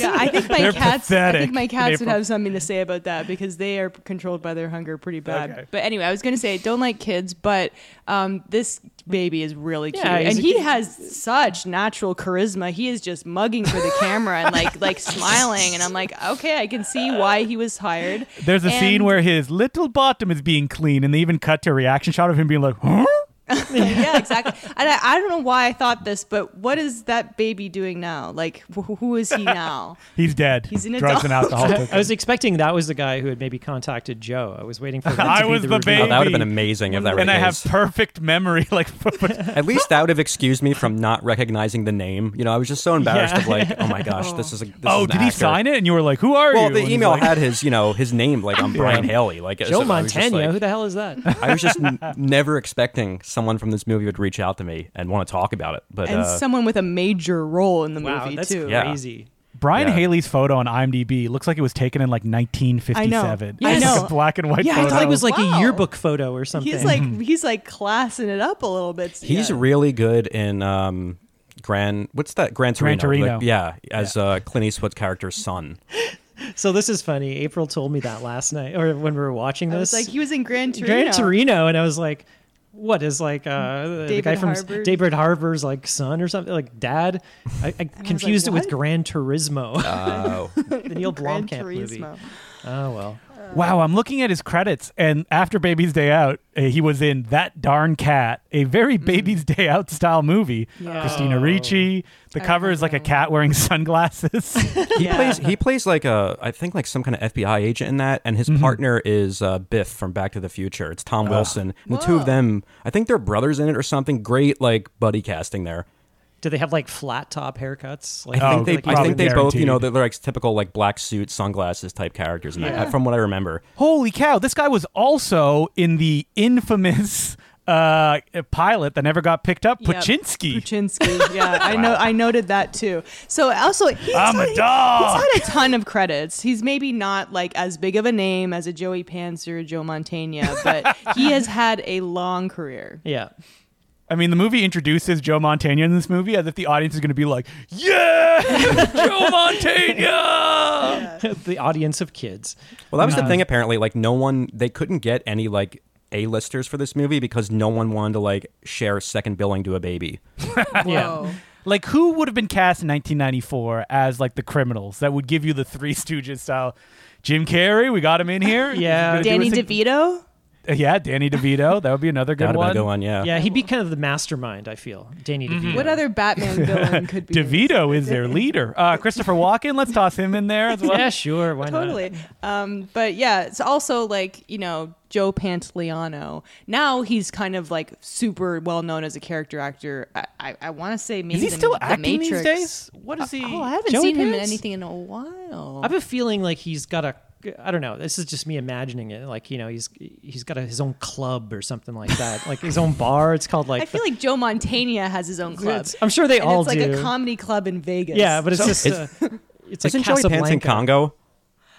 A: [laughs] yeah, I think my
B: They're
A: cats, I
B: pathetic
A: think my
B: in
A: cats would
B: April.
A: have something to say about that because they are controlled by their hunger pretty bad.
B: Okay.
A: But anyway, I was gonna say don't like kids, but um, this baby is really cute,
C: Yeah, he's
A: and
C: a
A: he
C: cute-
A: has such natural charisma. He is just mugging for the camera and like like smiling, and I'm like, okay, I can see why he was hired.
B: There's a scene
A: And-
B: where his little bottom is being clean, and they even cut to a reaction shot of him being like, "Huh."
A: yeah, exactly. And I, I don't know why I thought this, but what is that baby doing now? Like, wh- who is
C: [laughs]
A: he now?
B: He's dead.
A: He's an
B: Drugs and
A: adult.
B: alcohol.
C: I,
B: took
A: [laughs]
C: I
B: him.
C: was expecting that was the guy who had maybe contacted Joe. I was waiting for. That
B: I
C: to be
B: was
C: the
B: the
C: reveal.
D: oh, that would have been
B: Maybe.
D: amazing if that. were
B: and
D: the
B: I have
D: case.
B: perfect memory. [laughs] Like,
A: [laughs]
D: At least that would have excused me from not recognizing the name. You know, I was just so embarrassed of like, oh
B: [laughs]
D: my gosh, this is a. This
B: oh, did he sign it? And you were like, "Who are
D: Well,
B: you?"
D: the
B: And he's
D: email
B: like,
D: had his, you know, his name
B: [laughs]
D: like I'm Brian Haley, like so I
C: Joe
D: was just
C: Montana.
D: like-
C: who the hell is that?
D: [laughs] I was just n- never expecting someone from this movie would reach out to me and want to talk about it. But
A: And
D: uh,
A: someone with a major role in the
C: wow,
A: movie
C: that's
A: too.
D: Yeah.
C: crazy.
B: Brian
D: Yeah.
B: Haley's photo on IMDb looks like it was taken in like 1957.
A: I
B: It's like
A: know.
B: a black and white
C: Yeah,
B: photo.
C: I thought it was like
A: Wow.
C: a yearbook photo or something.
A: He's like he's like classing it up a little bit.
D: he's
A: yeah.
D: really good in um, Gran. What's that? Gran Torino.
B: Gran Torino.
D: Like, yeah, as Uh, Clint Eastwood's character's son.
C: so this is funny. April told me that last night, or when we were watching
A: I
C: this.
A: was like he was in Gran Torino.
C: Gran Torino, and I was like, "What is like uh, the
A: David
C: guy from
A: Harbour?
C: David Harbour's like son or something? Like dad?" I, I confused it with
A: what?
B: [laughs]
C: Gran Turismo,
B: Ah.
D: Oh,
C: [laughs] the Neil
A: Gran
C: Blomkamp movie.
A: Turismo.
C: Oh well,
B: Wow, I'm looking at his credits, and after Baby's Day Out, uh, he was in That Darn Cat, a very Baby's Day Out style movie.
A: Mm. Yeah.
B: Christina Ricci. The
A: I
B: cover is like a
A: remember.
B: cat wearing [laughs] sunglasses.
D: [laughs]
A: [laughs]
D: he
A: Yeah.
D: plays he plays like a I think like some kind of FBI agent in that, and his
B: Mm-hmm.
D: partner is uh, Biff from Back to the Future. It's Tom
B: Oh.
D: Wilson, and the two
A: Whoa.
D: of them. I think they're brothers in it or something. Great like buddy casting there.
C: do they have like flat top haircuts? Like,
D: I think
B: Oh,
D: they,
B: like
D: I think
B: probably
D: they both, you know,
B: guaranteed.
D: they're like typical like black suit, sunglasses type characters. And I, from what I remember,
B: Holy cow, this guy was also in the infamous uh, pilot that never got picked up,
A: Yep.
B: Pachinski.
A: Puchinsky. Yeah,
C: [laughs]
A: I know. I noted that too. So also, he's
B: I'm
A: not-
B: a dog.
A: He's had a ton of credits. He's maybe not like as big of a name as a Joey Pants or a Joe Montana, but he has had a long career.
C: yeah,
B: I mean, the movie introduces Joe Montana in this movie as if the audience is going to be like, yeah, [laughs] Joe Montana.
C: the audience of kids.
D: well, that was the thing. Apparently, like no one, they couldn't get any like a listers for this movie because no one wanted to like share second billing to a baby.
C: [laughs] Yeah.
B: Like, who would have been cast in 1994 as like the criminals that would give you the Three Stooges style? Jim Carrey, we got him in here. He's
C: Yeah.
B: gonna do
A: Danny
B: his thing.
A: DeVito.
B: Uh, Yeah, Danny DeVito. That would be another good
D: That'd
B: one.
D: have been a good one, yeah.
C: Yeah, he'd be kind of the mastermind. I feel Danny
B: Mm-hmm.
C: DeVito.
A: What other Batman villain could
C: [laughs]
A: be? in this?
B: DeVito is their leader. Uh, Christopher Walken, let's toss him in there as well.
C: Yeah, sure. Why
A: [laughs]
C: not?
A: Totally. Um, but yeah, it's also like, you know, Joe Pantoliano. Now he's kind of like super well known as a character actor. I, I, I want to say maybe
B: Is he
A: the-
B: still
A: the
B: acting these
A: Matrix.
B: days? What is he?
A: Oh, I haven't
C: Joey
A: seen him in
C: Pants?
A: anything in a while.
C: I have a feeling like he's got a. I don't know. This is just me imagining it. Like you know, he's he's got a, his own club or something like that. like his own bar. It's called like.
A: I feel like Joe Montana has his own club.
C: It's- I'm sure they
A: and
C: all
A: it's like
C: do.
A: a comedy club in Vegas.
C: yeah, but it's
D: So
C: just.
D: is-
C: uh,
A: [laughs]
C: it's like
D: Isn't Joey Pants in
C: Casablanca.
D: Congo?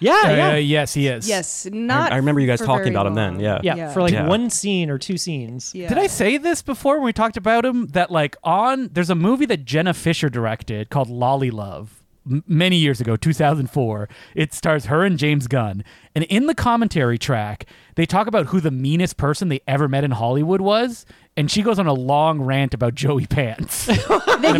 C: Yeah,
B: Uh,
C: yeah, yeah.
B: yes, he is.
A: yes, not.
D: I remember you guys
A: for
D: talking
A: very
D: about him then,
A: long.
D: yeah.
A: yeah.
C: For like
D: Yeah.
C: one scene or two scenes.
A: Yeah.
B: Did I say this before when we talked about him? That like on there's a movie that Jenna Fisher directed called Lolly Love, m- many years ago, 2004. It stars her and James Gunn. And in the commentary track, they talk about who the meanest person they ever met in Hollywood was. And she goes on a long rant about
A: [laughs]
B: Joey Pants and
A: he's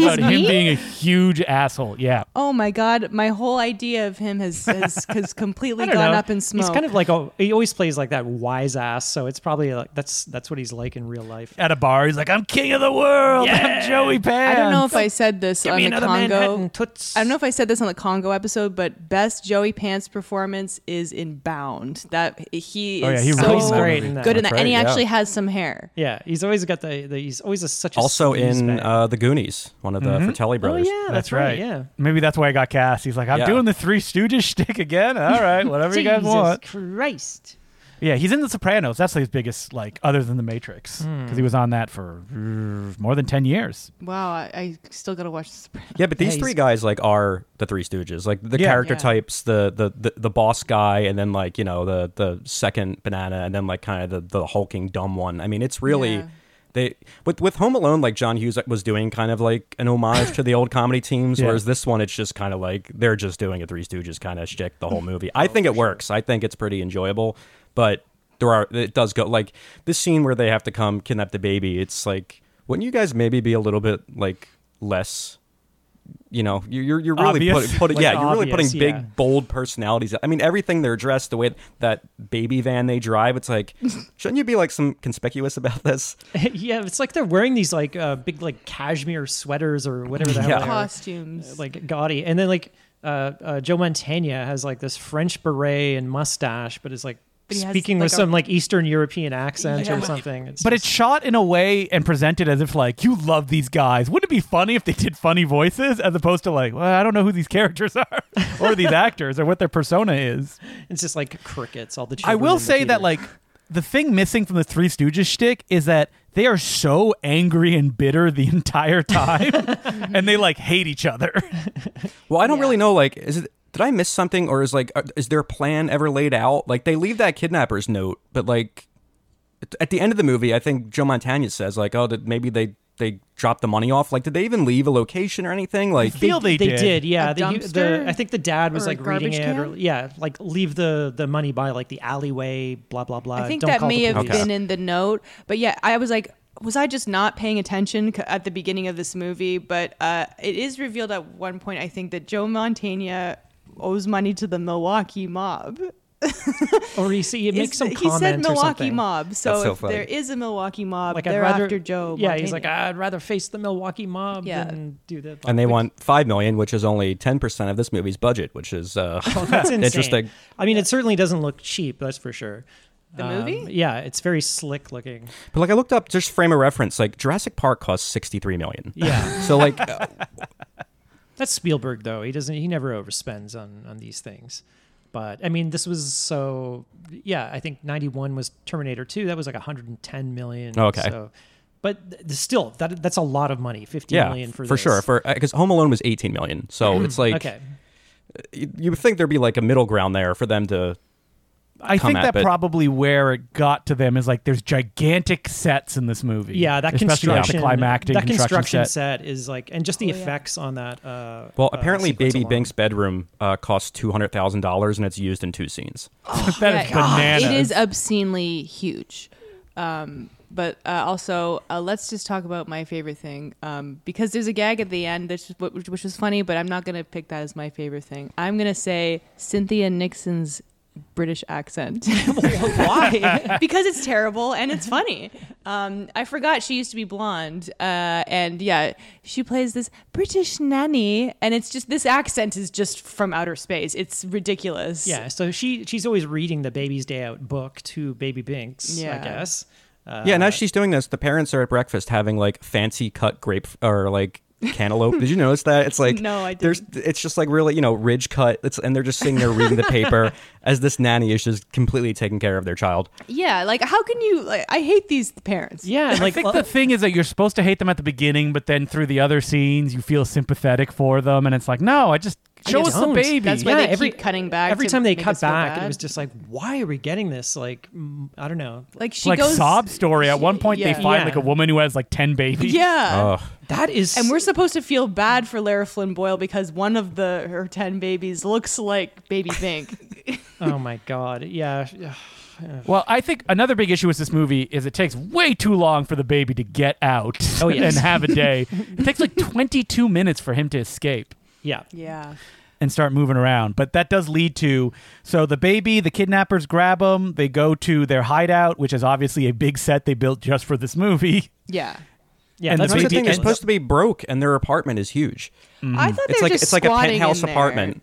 B: about him
A: mean?
B: being a huge asshole. Yeah.
A: Oh my god, my whole idea of him has has,
C: [laughs]
A: has completely
C: I
A: gone
C: don't know.
A: up in smoke.
C: He's kind of like a, he always plays like that wise ass, so it's probably like that's that's what he's like in real life.
B: At a bar, he's like, I'm king of the world. I'm Joey
A: I
B: Pants.
A: don't know if I said this on the Congo.
C: toots.
A: I don't know if I said this on the Congo episode, but best Joey Pants performance is in Bound. That he is
B: Oh, yeah, he
A: so
B: rules that
C: great in that.
A: good in that,
D: That's
A: and he
D: right, yeah.
A: actually has some hair.
C: Yeah, he's always got the, the he's always a, such a
D: Also in
C: sleazebag.
D: uh, the Goonies, one of the Fratelli
C: oh
D: brothers.
C: yeah, that's, right. Yeah,
B: Maybe that's why I got cast. He's like, I'm
D: Yeah.
B: doing the Three Stooges shtick again. All
A: [laughs]
B: right, whatever you guys
C: Jesus
B: want.
C: Christ.
B: Yeah, he's in The Sopranos. That's his biggest, like, other than The Matrix, because
C: Hmm.
B: he was on that for uh, more than ten years.
A: Wow, I, I still gotta watch this.
D: [laughs] Yeah, but these
C: Yeah,
D: three
C: he's-
D: guys like are the Three Stooges, like the
B: Yeah.
D: character
A: Yeah.
D: types, the, the the the boss guy, and then like you know the the second banana, and then like kind of the the hulking dumb one. I mean, it's really.
A: Yeah.
D: They with with Home Alone, like John Hughes uh, was doing, kind of like an homage to the old comedy teams.
B: Yeah.
D: Whereas this one, it's just kind of like they're just doing a Three Stooges kind of shtick the whole movie.
A: [laughs] Oh,
D: I think it works. I think it's pretty enjoyable, but there are it does go like this scene where they have to come kidnap the baby. It's like wouldn't you guys maybe be a little bit like less you know, you- you're you're really
B: Obvious.
D: putting, putting
C: [laughs] Like
D: yeah, you're really
C: obvious,
D: putting
C: yeah.
D: big bold personalities. I mean, everything they're dressed, the way that baby van they drive, it's
C: [laughs]
D: like, shouldn't you be like some conspicuous about this?
C: yeah, it's like they're wearing these like uh, big like cashmere sweaters or whatever the hell
D: Yeah.
C: they are. Uh,
A: Costumes.
C: like gaudy. And then like uh, uh, Joe Montana has like this French beret and mustache, but is like
A: But he has,
C: speaking
A: like,
C: with
A: a-
C: some like Eastern European accent
A: Yeah.
C: or something. It's
B: But
C: just-
B: it's shot in a way and presented as if like you love these guys. Wouldn't it be funny if they did funny voices as opposed to like, well, I don't know who these characters are [laughs] or these actors or what their persona is.
C: it's just like crickets. All the
B: I
C: children in
B: will
C: the
B: say
C: theater.
B: that like the thing missing from the Three Stooges shtick is that they are so angry and bitter the entire time, [laughs] and they like hate each other.
D: Well, I don't
A: Yeah.
D: really know. Like, is it? Did I miss something, or is like, uh, is their plan ever laid out? Like, they leave that kidnapper's note, but like, at- at the end of the movie, I think Joe Montana says like, oh, did maybe they they dropped the money off? Like, did they even leave a location or anything? Like,
C: [laughs]
B: feel they,
C: they did, yeah.
A: A
C: The, he- the,
A: dumpster?
C: I think the dad was
A: Or a
C: like reading
A: garbage
C: it,
A: can?
C: or yeah, like leave the the money by like the alleyway, blah blah blah.
A: I think
C: Uh, Don't
A: that
C: call
A: may
C: the
A: have
C: police.
A: been in the note, but yeah, I was like, was I just not paying attention c- at the beginning of this movie? But uh, it is revealed at one point, I think, that Joe Montana owes money to the Milwaukee mob.
C: Or he, see, he
A: It's-
C: makes some
A: he
C: comment
A: said
C: or
A: Milwaukee
C: something.
A: mob, so,
D: That's so
A: if
D: funny.
A: there is a Milwaukee mob,
C: Like
A: they're
C: I'd rather
A: after Joe.
C: Yeah, he's like
A: Montana.
C: I'd rather face the Milwaukee mob
A: Yeah.
C: than do the.
D: and they
C: like,
D: want five million, which is only ten percent of this movie's budget, which is uh,
C: [laughs]
D: [laughs]
C: That's insane.
D: interesting.
C: I mean, it certainly doesn't look cheap. That's for sure. Um,
A: The movie?
C: Yeah, it's very slick looking.
D: But like I looked up just frame of reference, like Jurassic Park cost sixty three million.
C: Yeah,
D: [laughs] So
C: [laughs]
D: like, uh,
C: that's Spielberg though. He doesn't. He never overspends on on these things. But I mean, this was so. Yeah, I think ninety one was Terminator two. That was like one hundred and ten million.
D: Oh, Okay.
C: So, but th- still, that that's a lot of money. Fifteen million
D: yeah,
C: for
D: for,
C: this. Mm-hmm.
D: sure. For because Home Alone was eighteen million, so it's like
C: okay.
D: you, you would think there'd be like a middle ground there for them to.
B: I
D: Come
B: think
D: at
B: that
D: it.
B: probably where it got to them is like there's gigantic sets in this movie.
C: Yeah, that
B: especially like,
C: construction.
B: the climactic
C: that
B: construction, set.
C: set is like, and just the
A: Oh, yeah.
C: effects on that. Uh,
D: Well,
C: uh,
D: apparently,
C: sequence
D: Baby
C: alone.
D: Bink's bedroom uh, costs two hundred thousand dollars, and it's used in two scenes.
B: that is
A: Yeah, Oh God,
B: bananas.
A: It is obscenely huge. Um, but uh, also, uh, let's just talk about my favorite thing um, because there's a gag at the end, that's what- which, which was funny, but I'm not going to pick that as my favorite thing. I'm going to say Cynthia Nixon's British accent. [laughs] Why? because it's terrible and it's funny. Um, I forgot she used to be blonde. Uh, and yeah, she plays this British nanny, and it's just this accent is just from outer space. It's ridiculous.
C: Yeah, so she she's always reading the Baby's Day Out book to Baby Binks, I
A: Yeah.
C: guess. Uh,
D: yeah, and as she's doing this, the parents are at breakfast having like fancy cut grape or like cantaloupe. Did you notice that? It's
C: [laughs]
D: like
A: No, I didn't.
D: There's it's just like really you know ridge cut. It's and they're just sitting there
C: [laughs]
D: reading the paper as this nanny is just completely taking care of their child.
A: Yeah, like how can you? Like, I hate these parents.
C: yeah, and,
B: I
C: like
B: think the thing is that you're supposed to hate them at the beginning, but then through the other scenes, you feel sympathetic for them, and it's like, no, I just Show
C: It
B: us the
C: owns.
B: baby.
A: That's why
C: yeah,
A: they keep
C: every,
A: cutting back
C: Every
A: to
C: time they
A: make
C: cut
A: us feel
C: back, it
A: bad.
C: was just like, why are we getting this? Like, mm, I don't know.
A: Like she
B: like
A: goes
B: sob story. At one point,
A: yeah.
B: they find
C: Yeah.
B: like a woman who has like ten babies.
A: Yeah.
D: Ugh.
C: That is,
A: And we're supposed to feel bad for Lara Flynn Boyle because one of the her ten babies looks like Baby Pink.
C: oh my god, yeah. [sighs] ugh.
B: Well, I think another big issue with this movie is it takes way too long for the baby to get out
C: Oh,
B: [laughs]
C: yes.
B: and have a day. it takes like 22 minutes for him to escape
C: [laughs] Yeah,
A: yeah.
B: and start moving around. But that does lead to so the baby, the kidnappers grab him, they go to their hideout, which is obviously a big set they built just for this movie. [laughs]
A: Yeah.
C: yeah.
B: And
C: that's
B: the
D: That's
C: what
D: the
B: baby
D: thing. They're
B: and-
D: supposed to be broke, and their apartment is huge.
C: Mm.
A: I thought they
D: It's
A: were
D: like
A: just
D: it's like a
A: squatting in
D: penthouse
A: there.
D: apartment.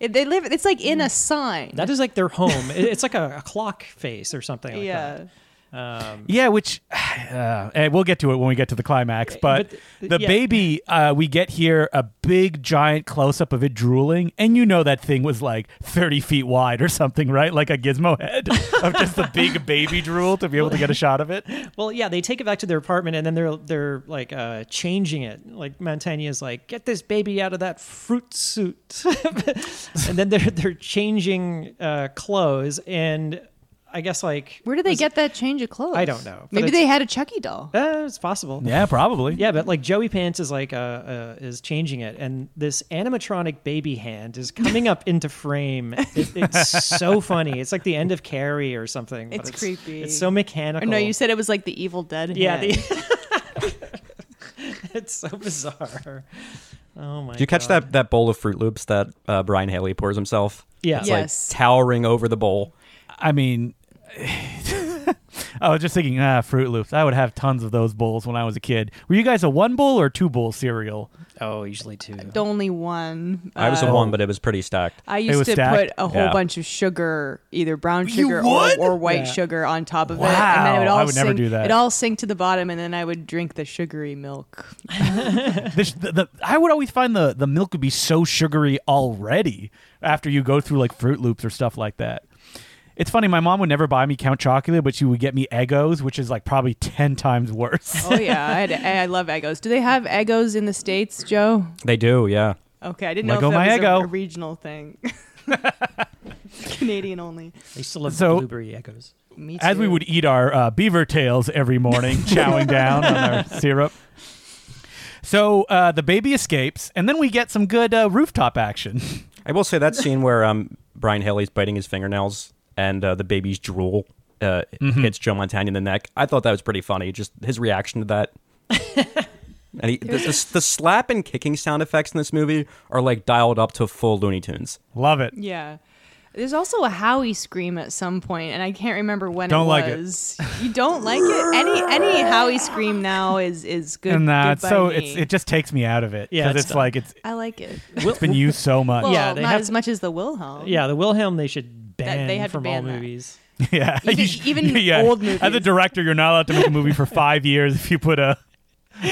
A: It- they live. It's like in
C: Mm.
A: a sign.
C: That is like their home. It- it's like a, a clock face or something. Like
A: yeah.
C: That. Um,
B: Yeah, which [sighs] uh, and we'll get to it when we get to the climax. But,
C: but,
B: the
C: yeah.
B: baby, uh, we get here a big giant close up of it drooling, and you know that thing was like thirty feet wide or something, right? Like a gizmo head [laughs] of just the big baby drool to be able to get a shot of it.
C: Well, yeah, they take it back to their apartment and then they're they're like uh, changing it. Like Montagna's like, get this baby out of that fruit suit, [laughs] and then they're they're changing uh, clothes. And I guess like
A: Where do they
C: was-
A: get that change of clothes?
C: I don't know, but
A: Maybe
C: it's-
A: they had a Chucky doll.
C: Uh, it's possible.
B: Yeah, probably.
C: Yeah, but like Joey Pants is like uh, uh is changing it, and this animatronic baby hand is coming up into frame. It, it's so funny. It's like the end of Carrie or something. but
A: It's creepy.
C: It's so
A: Or
C: mechanical.
A: no, you said it was like the Evil Dead.
C: Yeah,
A: hand.
C: [laughs] the- it's so bizarre. Oh my!
D: Did you catch
C: God.
D: that that bowl of Fruit Loops that uh, Brian Haley pours himself?
C: Yeah.
D: It's
A: Yes.
D: like towering over the bowl.
B: I mean, [laughs] I was just thinking, ah, Fruit Loops. I would have tons of those bowls when I was a kid. Were you guys a one bowl or two bowl cereal?
C: Oh, usually two.
A: only one.
D: I was
A: Uh,
D: a one, but it was pretty stacked.
A: I
B: was
A: used to
B: stacked?
A: put a whole
D: Yeah.
A: bunch of sugar, either brown
B: You
A: sugar or,
B: would?
A: or white
C: Yeah.
A: sugar, on top of it, and then it would
B: Wow,
A: all
B: I would
A: sink.
B: never do that.
A: It all sink to the bottom, and then I would drink the sugary [laughs] milk.
B: This, the, the, I would always find the, the milk would be so sugary already after you go through like Fruit Loops or stuff like that. It's funny, my mom would never buy me Count Chocula, but she would get me Eggos, which is like probably 10 times worse.
A: Oh yeah, I, had, I love Eggos. Do they have Eggos in the states, Joe?
D: They do, yeah.
A: Okay, I didn't
B: Lego
A: know if that
B: my
A: was
B: Eggo.
A: A, a regional
B: [laughs]
A: thing. Canadian only.
C: I used to love
B: So-
C: blueberry echoes.
A: Me too.
B: As we would eat our uh, beaver tails
A: [laughs]
B: every morning, chowing down on our syrup. So uh, the baby escapes, and then we get some good uh, rooftop action. [laughs]
D: I will
A: [laughs]
D: say that scene where um, Brian Haley's biting his fingernails and uh, the baby's drool uh, hits Joe Montana in the neck. I thought that was pretty funny. Just his reaction
A: [laughs]
D: to that. and he, the, the, the slap and kicking sound effects in this movie are like dialed up to full Looney Tunes.
B: Love it.
A: Yeah. There's also a Howie scream at some point, and I can't remember when
B: Don't like
A: it
B: it.
A: was. You don't like it. Any any Howie scream now is is good.
B: and
A: good
B: uh,
A: by
B: so
A: me.
B: it's, it just takes me out of it.
C: Yeah,
B: Because
C: it's
B: it's
C: done.
B: like, it's,
A: I like it.
B: it's been used so
A: [laughs]
B: much. [laughs]
A: Well,
C: Yeah, they
A: not
C: have
A: as
C: to-
A: much as the Wilhelm.
C: Yeah, the Wilhelm they should ban
A: they had to
C: from
A: ban
C: all
A: that.
C: movies.
B: [laughs] Yeah,
A: Even- even old
B: As a
A: movies.
B: director, you're not allowed to make a movie for five years if you put a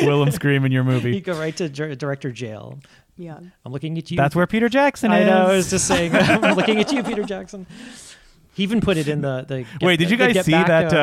B: Willem scream in your
A: [laughs]
C: You
B: movie.
C: go right to dir- director jail.
A: Yeah.
C: I'm looking at you.
B: That's where Peter Jackson
C: I
B: is.
C: know. I was just
B: [laughs]
C: saying. I'm looking at you, Peter Jackson. He even put it in the. the get-
B: [laughs] Wait, did you
C: the
B: guys
C: Get
B: see
C: Back,
B: that
C: uh,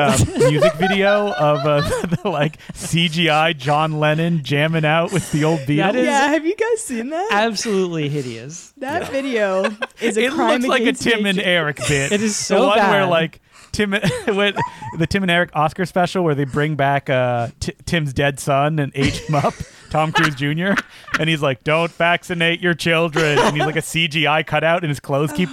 B: uh, music video of uh, [laughs] the, like CGI John Lennon jamming out with the old Beatles?
C: [laughs] That is-
A: Yeah. Have you guys seen that?
C: [laughs] absolutely hideous.
A: that video is a
B: it
A: crime
B: looks like a
A: against
B: Tim and
A: nature.
B: Eric bit.
C: It is so
B: the one where
C: bad.
B: like Tim [laughs] when, the Tim and Eric Oscar special where they bring back uh, T- Tim's dead son and age him up. Tom Cruise Jr. and he's like, "Don't vaccinate your children," and he's like a CGI cutout, and his clothes keep
C: [laughs]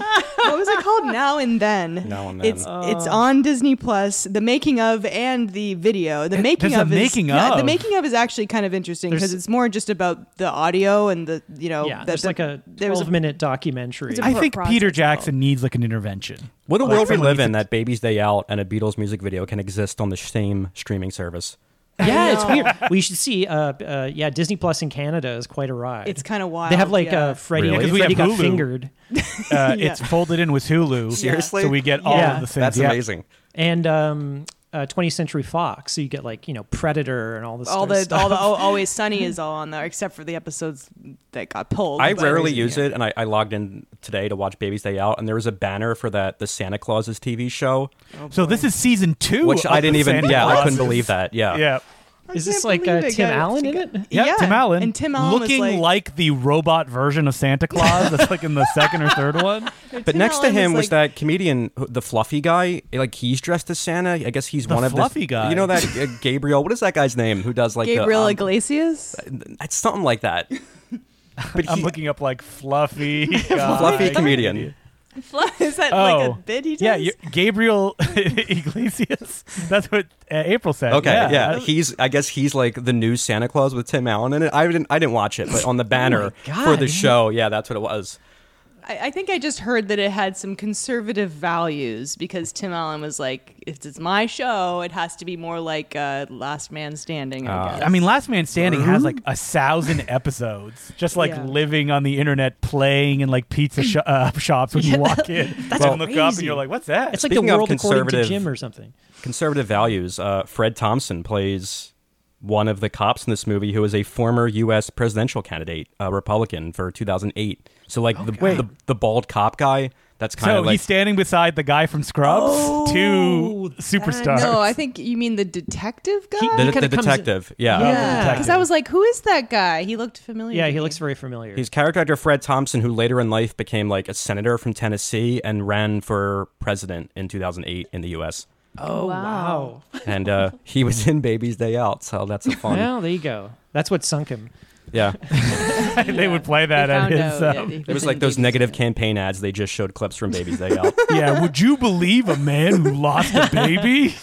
A: [laughs] what was it called? Now and then.
D: Now and Then.
A: It's it's on Disney Plus. The making of and the video. The
B: It-
A: making
B: there's a
A: of is,
B: making
A: yeah, the
B: of.
A: making of is actually kind of interesting because
C: There's-
A: it's more just about the audio and the you know
C: Yeah,
A: the-
C: there's
A: Oh, the-
C: like a
A: there was
C: 12 minute documentary.
A: It's a
B: I think
A: process
B: Peter
A: involved.
B: Jackson needs like an
C: [laughs]
B: intervention.
D: What a
B: Like,
D: world we
B: someone
D: live
B: needs
D: in
B: to-
D: that Baby's Day Out and a Beatles music video can exist on the same streaming service.
C: Yeah, it's
A: know.
C: weird. We should see. Uh, uh, yeah, Disney Plus in Canada is quite a
A: [laughs]
C: ride.
A: It's kinda
C: They
A: wild,
C: have like
A: yeah.
C: uh, Freddy.
D: Really?
B: 'Cause we
C: Freddy
B: have
C: got
B: Hulu.
C: fingered,
B: [laughs]
A: Yeah.
B: Uh, It's folded in with Hulu.
D: Seriously?
B: So we get all
C: Yeah.
B: of the things.
D: That's
B: Yeah.
D: amazing.
C: and um, uh, 20th Century Fox. So you get like you know Predator and all this.
A: all
C: sort of
A: the
C: stuff.
A: all the oh, Always Sunny is all on there except for the episodes that got pulled.
D: I
A: but-
D: rarely use it, and I, I logged in today to watch Baby's Day Out, and there was a banner for that the Santa Claus's TV show,
B: So this is season two.
D: which
B: of
D: I didn't
B: the
D: even.
B: Santa
D: yeah, I
B: Clauses.
D: couldn't believe that. Yeah,
B: Yeah.
C: Is
A: can't
C: this like uh,
A: believe it,
C: Tim
A: guys.
C: Allen in it?
B: Yeah,
A: Yeah,
B: Tim Allen.
A: and Tim Allen was
B: looking
A: like-
B: the robot version of Santa Claus. That's like in the second or third one.
D: But
A: Tim
D: next to
A: Allen is
D: him was
A: like-
D: that comedian, who- the fluffy guy. eh, Like he's dressed as Santa. I guess he's
B: The
D: one of the
B: fluffy guy.
D: You know that uh, Gabriel? What is that guy's name? Who does like
A: Gabriel
D: the,
A: [laughs]
D: um,
A: Iglesias.
D: It's something like that. But
B: I'm
D: he-
B: looking up like fluffy, guy.
D: fluffy comedian.
A: is that
B: Oh,
A: like a bit he does?
B: yeah, you- Gabriel [laughs] Iglesias. That's what uh, April said.
D: Okay, yeah,
B: I-
D: he's. I guess he's like the new Santa Claus with Tim Allen in it. I didn't. I didn't watch it, but on the banner
C: God,
D: for the
C: yeah.
D: show, yeah, that's what it was.
A: I, I think I just heard that it had some conservative values because Tim Allen was like, "If it's my show, it has to be more like uh, Last Man Standing." I guess.
B: Ah. Uh, I mean, Last Man Standing has like a thousand episodes, just like
A: Yeah.
B: living on the internet, playing in like pizza sho- uh, shops when you walk in. That's you look up and
C: crazy.
B: you're like, "What's that?"
C: [laughs] It's like
D: Speaking
C: the
D: of
C: world according to
D: conservative-
C: Jim or something.
D: Conservative values. Uh, Fred Thompson plays one of the cops in this movie who is a former U.S. presidential candidate, a Republican for 2008. So like the, the the bald cop guy. That's kind
B: so
D: of like
B: he's standing beside the guy from Scrubs, two superstars.
A: Oh, no, I think you mean the detective guy.
D: the, the
C: kinda comes in-
D: detective. Yeah.
C: Yeah.
A: because I was like, "Who is that guy?" He looked familiar.
C: Yeah,
A: to
C: he
A: me.
C: looks very familiar.
D: He's character actor Fred Thompson, who later in life became like a senator from Tennessee and ran for president in 2008 in the U.S.
C: oh
A: wow.
D: And uh, he was in Baby's Day Out, so that's a fun.
C: Well, there you go. That's what sunk him.
D: Yeah,
B: [laughs] they would play
A: They
B: that at
A: found
B: his.
A: out, yeah,
B: um,
A: he
D: it was
A: in
D: like those
A: Baby's
D: negative
A: Day.
D: campaign ads. They just showed clips from Baby's Day Out.
B: yeah, would you believe a man who lost a
A: [laughs]
B: baby?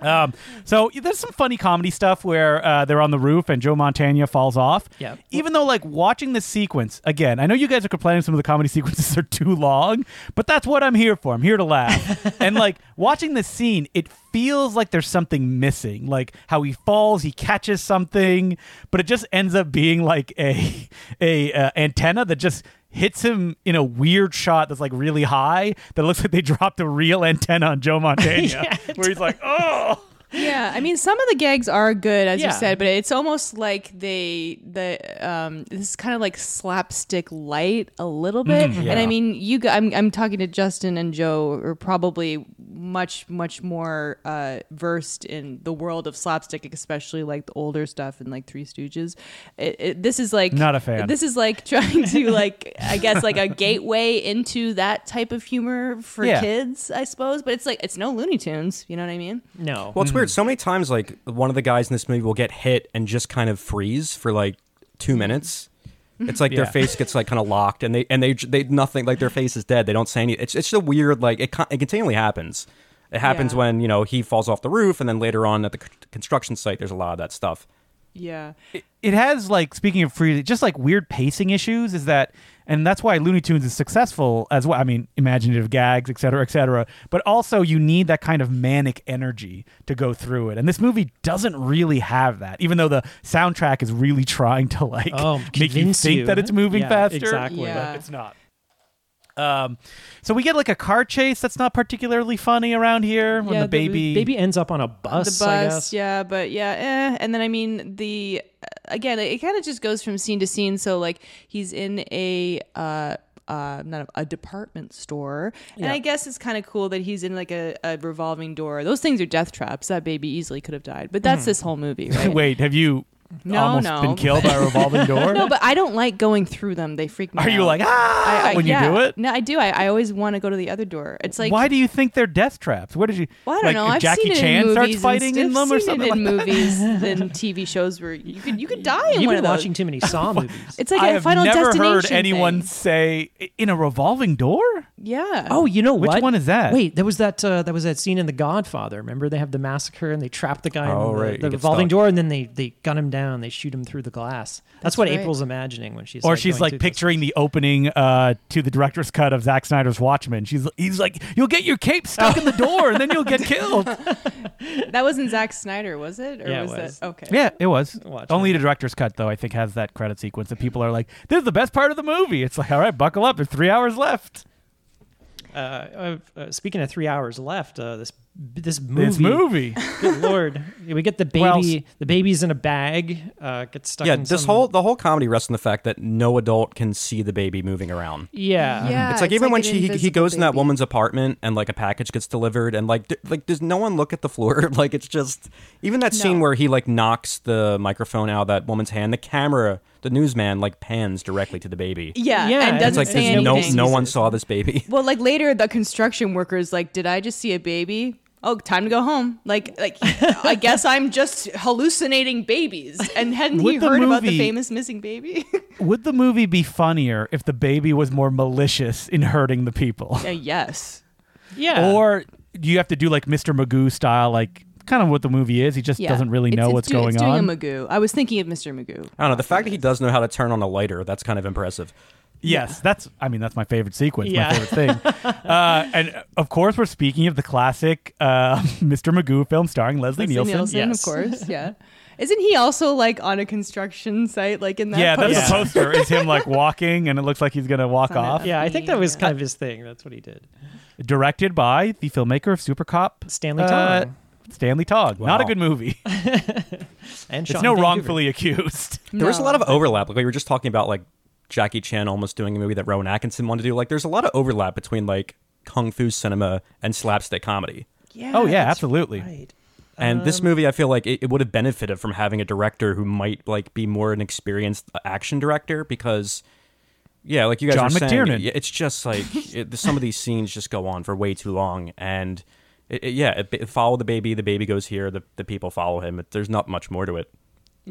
B: Um, so there's some funny comedy stuff where uh, they're on the roof and Joe Montana falls off.
C: Yeah.
B: Even though, like, watching this sequence again, I know you guys are complaining some of the comedy [laughs] sequences are too long, but that's what I'm here for. I'm here to laugh. and like watching this scene, it feels like there's something missing. Like how he falls, he catches something, but it just ends up being like a [laughs] a uh, antenna that just hits him in a weird shot that's like really high that looks like they dropped a real antenna on Joe Montana where he's like oh
A: Yeah, I mean, some of the gags are good, as
C: Yeah.
A: you said, but it's almost like they the um this is kind of like slapstick light a little bit.
B: Mm-hmm.
A: And
D: Yeah.
A: I mean, you g- I'm I'm talking to Justin and Joe are probably much much more uh versed in the world of slapstick, especially like the older stuff and like Three Stooges. It, it, this is like
B: Not a fan.
A: This is like trying
B: [laughs]
A: to like I guess like a gateway into that type of humor for
B: Yeah.
A: kids, I suppose. But it's like it's no Looney Tunes. You know what I mean?
C: No.
D: Well, it's weird. So many times, like one of the guys in this movie will get hit and just kind of freeze for like two minutes. It's like their
B: Yeah.
D: face gets like kind of locked, and they and they they nothing like their face is dead. They don't say anything. It's it's just a weird like it. con- It continually happens. It happens
A: Yeah.
D: when you know he falls off the roof, and then later on at the c- construction site, there's a lot of that stuff.
A: Yeah.
B: it has like speaking of free just like weird pacing issues is that and that's why looney tunes is successful as well i mean imaginative gags etc cetera, etc cetera. but also you need that kind of manic energy to go through it and this movie doesn't really have that even though the soundtrack is really trying to like [laughs]
C: Oh,
B: make you
C: convince
B: think
C: you.
B: that it's moving
C: Yeah,
B: faster
C: exactly.
A: Yeah.
B: but it's not um so we get like a car chase that's not particularly funny around here when
A: Yeah,
B: the
A: the-
B: baby
C: Baby ends up on a bus.
A: the
C: I
A: bus
C: guess.
A: yeah but yeah eh. and then i mean the uh, again it kind of just goes from scene to scene so like he's in a uh uh, not a, a department store, and I guess it's kind of cool that he's in like a, a revolving door. Those things are death traps. That baby easily could have died, but that's this whole
B: [laughs]
A: movie, right?
B: [laughs] Mm-hmm. wait have you
A: No,
B: almost
A: no.
B: been killed by a revolving
A: [laughs]
B: door
A: No, but I don't like going through them. They freak me.
B: Are you
A: out.
B: like ah
A: I- I-
B: when you
A: yeah.
B: do it?
A: No, I do. I, I always want to go to the other door. It's like
B: Why do you think they're death traps? What did you?
A: Well, I don't
B: like
A: know.
B: if
A: I've
B: Jackie
A: seen it
B: Chan
A: in
B: starts
A: movies and
B: fighting
A: st-
B: in them or
A: I've seen
B: something
A: it
B: like
A: in
B: that.
A: movies
B: [laughs]
A: and TV shows where you could you could die in
C: You've
A: one
C: been
A: of those.
C: watching too
A: [laughs]
C: many Saw movies.
A: It's like
B: I
A: a
B: have
A: Final
B: never
A: Destination.
B: heard anyone
A: thing.
B: say "I- in a revolving door.
A: Yeah.
C: Oh, you know
B: Which
C: what?
B: one is that?
C: Wait, there was that uh, that was that scene in The Godfather. Remember they have the massacre and they trap the guy
D: Oh,
C: in the,
D: right,
C: the
D: he gets
C: revolving
D: stuck.
C: door and then they they gun him down. They shoot him through the glass. That's, what
A: right.
C: April's imagining when she's
B: Or
C: like,
B: she's
C: going
B: like
C: through this.
B: picturing the opening uh, to the director's cut of Zack Snyder's Watchmen. She's he's like, you'll get your cape stuck in the
A: Oh.
B: door and then
A: [laughs]
B: you'll get killed.
A: that wasn't Zack Snyder, was it? Or
C: Yeah, it
A: was,
C: was.
A: that okay?
B: Yeah, it was.
C: Watchmen.
B: Only the director's cut though. I think has that credit sequence that people are like, this is the best part of the movie. It's like, all right, buckle up. There's three hours left.
C: uh, uh, uh, speaking of three hours left, uh, this this movie.
B: This movie.
C: [laughs] Good lord, we get the baby.
B: Well,
C: the baby's in a bag. Uh, gets stuck.
D: yeah,
C: in
D: this
C: some-
D: whole the whole comedy rests on the fact that no adult can see the baby moving around.
C: Yeah.
E: Yeah,
A: Ah,
D: it's like even when
E: an
D: she he, he
E: invisible
D: goes in that
E: baby.
D: woman's apartment and like a package gets delivered and like d- like does no one look at the floor [laughs] like it's just even that scene
A: No.
D: where he like knocks the microphone out of that woman's hand the camera the newsman like pans directly to the baby
A: Yeah,
C: Yeah,
A: and
C: it's
D: it's
A: doesn't
D: like
A: say
D: there's
A: anything.
D: no no one saw this baby [laughs]
A: Well, like later, the construction workers like, did I just see a baby? Oh, time to go home. Like, like
B: [laughs]
A: I guess I'm just hallucinating babies. And hadn't he
B: With the
A: heard about the
B: movie-
A: famous missing baby? [laughs]
B: Would the movie be funnier if the baby was more malicious in hurting the people?
A: Uh, yes.
C: Yeah.
B: Or do you have to do like Mr. Magoo style, like kind of what the movie is? He just
A: Yeah.
B: doesn't really
A: It's-
B: know
A: it's
B: what's
A: do-
B: going
A: it's
B: on.
A: Doing a Magoo. I was thinking of Mr. Magoo.
D: Uh, I don't know the fact that he does know how to turn on a lighter that's kind of impressive
B: Yes, that's. I mean, that's my favorite sequence,
C: Yeah.
B: my favorite
A: [laughs]
B: thing. uh, and uh, of course, we're speaking of the classic uh, [laughs] Mr. Magoo film starring Leslie,
A: Leslie
B: Nielsen.
A: Nielsen,
C: Yes.
A: of course. Yeah. Isn't he also like on a construction site, like in that?
B: Yeah, that's
A: poster?
B: the poster. Is
A: [laughs]
B: him like walking, and it looks like he's gonna walk
A: Something
B: off.
C: yeah, I think that was kind of his thing. That's what he did.
B: Directed by the filmmaker of Super Cop,
C: Stanley
B: uh,
C: Tong
B: Stanley Togg. Not a
D: Wow.
A: [laughs]
B: good movie.
C: and
B: It's
C: Sean
B: no
C: Vancouver.
B: wrongfully accused.
D: there was a
A: No.
D: lot of overlap like we were just talking about like Jackie Chan almost doing a movie that Rowan Atkinson wanted to do like there's a lot of overlap between like kung fu cinema and slapstick comedy
A: Yeah.
B: Oh yeah,
A: that's
B: absolutely.
C: Right.
D: And
A: Um,
D: this movie, I feel like it, it would have benefited from having a director who might like be more an experienced uh, action director because, yeah, like you guys
B: John
D: were saying,
B: McTiernan.
D: yeah, it's just
B: [laughs]
D: like it, some of these scenes just go on for way too long, and it, it- yeah, it, it follow the baby, the baby goes here, the, the people follow him. It, there's not much more to it.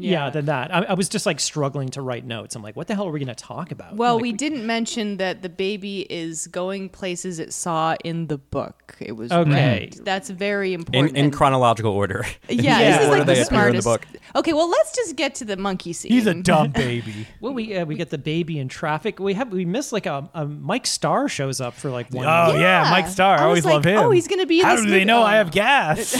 C: Yeah.
A: Yeah.
C: than that. I, I was just like struggling to write notes. I'm like, what the hell are we going to talk about?
A: Well,
C: Like,
A: we didn't mention that the baby is going places it saw in the book. It was
C: Okay.
A: read. That's very
D: In,
A: important.
D: in chronological order. In [laughs]
A: yeah,
C: Yeah.
A: this is
D: order
A: like the
D: they appear in the
A: smartest.
D: book.
A: Okay, well, let's just get to the monkey scene. [laughs]
B: He's a dumb baby.
C: Well, we uh, we get the baby in traffic. We have we miss like a, a Mike Starr shows up for like one.
B: Oh
C: minute.
B: yeah,
A: Yeah.
B: Mike Starr. I,
A: I was
B: always
A: like,
B: love him.
A: oh, he's gonna be in
B: How
A: this
B: do they
A: movie.
B: know
A: Oh,
B: I
A: no.
B: have gas?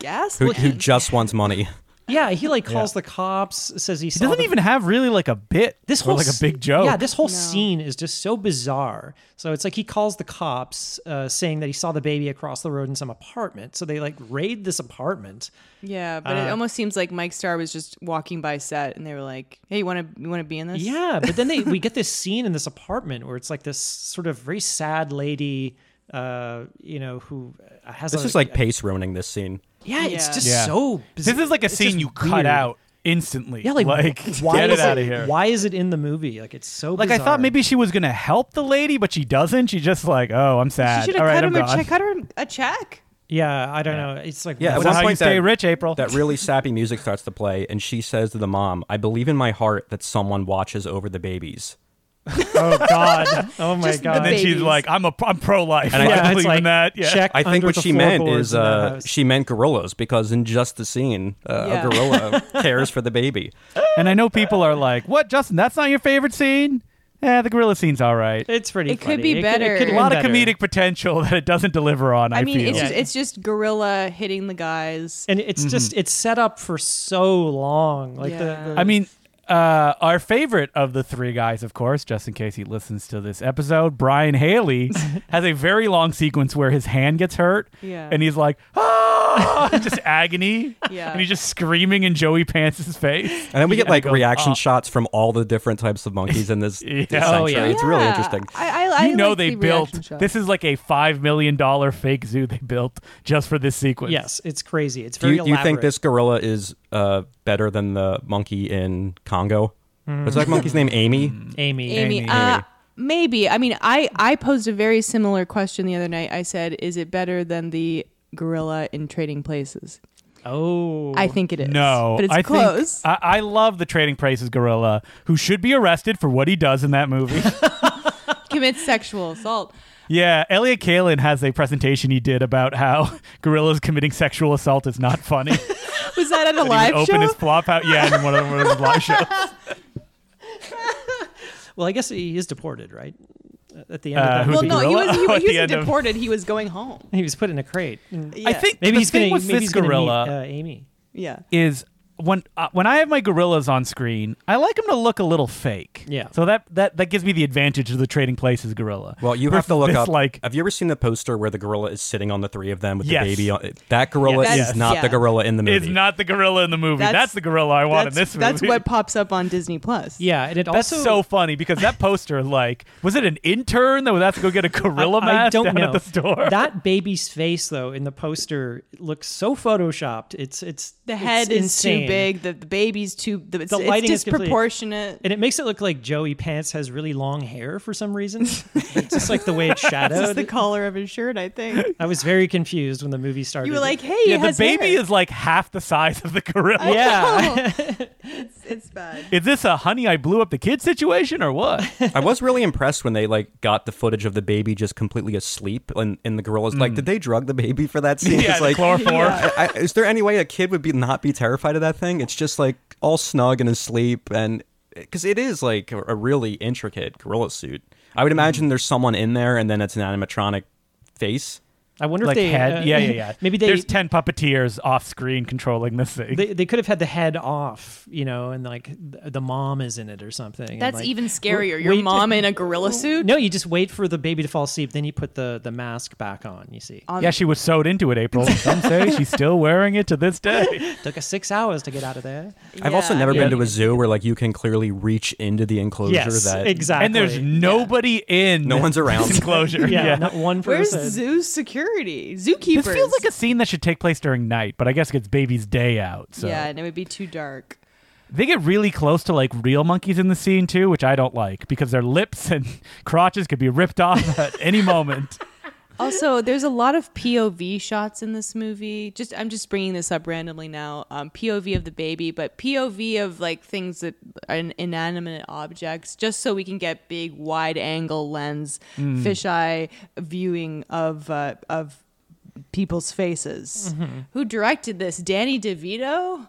A: gas.
D: Who, who just wants money?
C: yeah. He like calls the cops, says he saw
B: He doesn't
C: the-
B: even have really like a bit.
C: this
B: or
C: whole
B: like a
C: s-
B: big joke.
C: Yeah, this whole
A: No.
C: scene is just so bizarre. So it's like he calls the cops, uh, saying that he saw the baby across the road in some apartment. So they like raid this apartment.
A: Yeah, but it almost seems like Mike Starr was just walking by set, and they were like, "Hey, you want to you want to be in this?"
C: Yeah, but then they we get this scene in this apartment where it's like this sort of very sad lady, uh, you know, who has
D: This
C: a,
D: is like pace ruining this scene.
C: yeah, it's
A: Yeah.
C: just
B: Yeah.
C: so. biz-
B: This is like a
C: it's
B: scene
C: just
B: you cut
C: weird.
B: out instantly.
C: Yeah, like,
B: get
C: is
B: it out of
C: it,
B: here.
C: Why is it in the movie? Like it's so.
B: Like I
C: bizarre.
B: thought maybe she was gonna help the lady, but she doesn't. She just like, oh, I'm sad.
A: she should have
B: All right,
A: cut
B: I'm
A: him a
B: gone.
A: check. Cut her a check.
C: Yeah, I don't know. It's like
D: Yeah,
B: That's
D: At
B: not
D: one
B: how you
D: point
B: stay
D: that-
B: rich, April. [laughs]
D: That really sappy music starts to play, and she says to the mom, "I believe in my heart that someone watches over the babies."
C: oh god, oh my
A: Just
C: god.
B: and then she's
A: babies.
B: like, I'm a I'm pro life.
D: And
B: I
D: I-
C: yeah, it's
B: believe
C: like,
B: in that. Yeah.
C: Check
D: I think
C: under
D: what
C: the
D: she meant
C: floorboards
D: is
C: in that
D: uh,
C: house.
D: she meant gorillas because in just the scene, uh,
A: Yeah.
D: a gorilla cares for the baby.
B: And I know people are like, what, Justin? That's not your favorite scene. Yeah, the gorilla scene's all right.
C: It's pretty.
A: It could
C: funny.
A: be
C: It could,
A: better.
C: have
B: a lot
C: been
B: of
C: better.
B: comedic potential [laughs] that it doesn't deliver on. I,
A: I mean,
B: feel.
A: it's just,
C: Yeah.
A: it's just gorilla hitting the guys.
C: and it's just it's set up for so long. Like
A: Yeah.
C: the, the
B: Mm-hmm. I mean, uh, our favorite of the three guys, of course, just in case he listens to this episode,
A: [laughs]
B: Brian Haley has a very long sequence where his hand gets hurt,
A: Yeah.
B: and he's like, ah, [laughs] just agony,
A: Yeah.
B: and he's just screaming in Joey Pants'
A: [laughs]
B: face.
D: And then we get like
B: go,
D: reaction shots from all the different types of monkeys in this,
B: Yeah.
D: this sanctuary.
C: Oh, [laughs] yeah.
D: It's really
A: Yeah,
D: interesting.
A: I, I, I
B: you know
A: like
B: they
A: the
B: built
A: reaction shot.
B: this is like a five million dollar fake zoo they built just for this sequence.
C: yes, it's crazy. It's
D: Do
C: very.
D: you, do you think
C: elaborate.
D: this gorilla is uh, better than the monkey in Congo?
C: Mm.
D: What's that monkey's name? Amy.
C: Amy?
A: Amy, uh, maybe. I mean, I I posed a very similar question the other night. I said, "Is it better than the gorilla in Trading Places?"
C: Oh,
A: I think it is.
B: No,
A: but it's
B: I [laughs]
A: close.
B: Think, I, I love the Trading Places gorilla, who should be arrested for what he does in
A: [laughs]
B: that movie.
A: Commits sexual assault.
B: Yeah, Elliot Kalin has a presentation he did about how [laughs] gorillas committing sexual assault is
A: [laughs]
B: not funny. And [laughs] he
A: Was that at a
B: would
A: live
B: open
A: show?
B: his flop out, yeah, in one of one of his
A: [laughs]
B: live shows.
C: Well, I guess he is deported, right? At the end,
B: Uh,
C: of that
B: who-
A: well,
B: the
A: no, he
B: gorilla?
A: was he,
B: [laughs] At the
A: he
B: end
A: was
B: of-
A: deported. He was going home.
C: he was put in a crate.
A: Yeah.
B: I think
C: Maybe
B: the
C: he's
B: thing
C: gonna.
B: with
C: Maybe
B: this
C: he's gonna meet,
B: gorilla
C: uh, Amy.
A: Yeah.
B: is when uh, when I have my gorillas on screen, I like them to look a little fake.
C: Yeah.
B: So that that that gives me the advantage of the trading places gorilla.
D: Well, you have to
B: Versus [laughs]
D: look
B: this,
D: up.
B: Like,
D: have you ever seen the poster where the gorilla is sitting on the three of them with
B: Yes.
D: the baby? on it? That gorilla
A: Yeah,
B: that's-
D: is not the
A: yeah.
D: gorilla in the
B: is
D: movie.
B: not the gorilla in the movie. That's,
A: That's-
B: the gorilla I want in
A: That's,
B: this movie.
A: that's what pops up on Disney Plus.
C: Yeah, and it
B: That's
C: also
B: so funny because that poster, like, was it an intern that was asked to go get a gorilla
C: I,
B: mask
C: I don't
B: down
C: know.
B: at the store? [laughs]
C: That baby's face though in the poster looks so photoshopped. It's it's
A: The
C: it's
A: head is
C: insane.
A: too big. The, the baby's too. The, it's, it's
C: lighting is completely-
A: disproportionate.
C: And it makes it look like Joey Pants has really long hair for some reason. it's just like the
A: [laughs]
C: way it's
A: It's just
C: shadowed.
A: the color of his shirt, I
C: [laughs]
A: think.
C: I was very confused when the movie started.
A: You were like, "Hey,
B: yeah,
A: it
B: the
A: has
B: baby
A: hair.
B: is like half the size of the
A: [laughs]
B: gorilla.
C: yeah.
A: It's, it's bad.
B: Is this a honey I blew up the kid situation or
C: [laughs]
B: what?
D: I was really impressed when they like got the footage of the baby just completely asleep, and, and the gorilla's like, "Did they drug the baby for that scene?"
B: Mm. [laughs] yeah,
D: It's
B: the
D: like,
B: chloroform.
D: [laughs] I, I, is there any way a kid would be not be terrified of that thing? It's just like all snug and asleep, and because it is like a, a really intricate gorilla suit. I would
B: Mm.
D: imagine there's someone in there, and then it's an animatronic face.
C: I wonder
B: Like
C: if they
B: head.
C: uh,
B: yeah, yeah, yeah.
C: [laughs] Maybe they
B: There's ten puppeteers off screen controlling this thing.
C: they, they could have had the head off, you know, and like th- the mom is in it or something. and,
A: That's
C: like-
A: even scarier.
C: w-
A: Your
C: wait-
A: mom in a gorilla suit.
C: No, you just wait for the baby to fall asleep, then you put the the mask back on. You
A: Oh.
C: see,
B: yeah, she was sewed into it,
C: [laughs]
B: April. Some say she's still wearing it to this day.
C: took us six hours to get out of there.
D: I've also
A: Yeah.
D: never
C: Yeah.
D: been to a zoo where like you can clearly reach into the enclosure
C: yes,
D: that
C: exactly.
B: And there's nobody in
D: No one's around.
B: this enclosure.
C: [laughs] yeah,
B: yeah.
C: not one
A: Where's
C: person.
A: zoo security?
B: This
A: Zookeepers.
B: feels like a scene that should take place during night, but I guess it's baby's day out. So
A: Yeah, and it would be too dark.
B: They get really close to like real monkeys in the scene too, which I don't like because their lips [laughs] and crotches could be ripped off at any
C: [laughs]
B: moment.
A: Also, there's a lot of POV shots in this movie. Just I'm just bringing this up randomly now. Um, POV of the baby, but POV of like things that are in- inanimate objects, just so we can get big wide angle lens
C: Mm.
A: fisheye viewing of uh, of people's faces.
C: Mm-hmm.
A: Who directed this? Danny DeVito.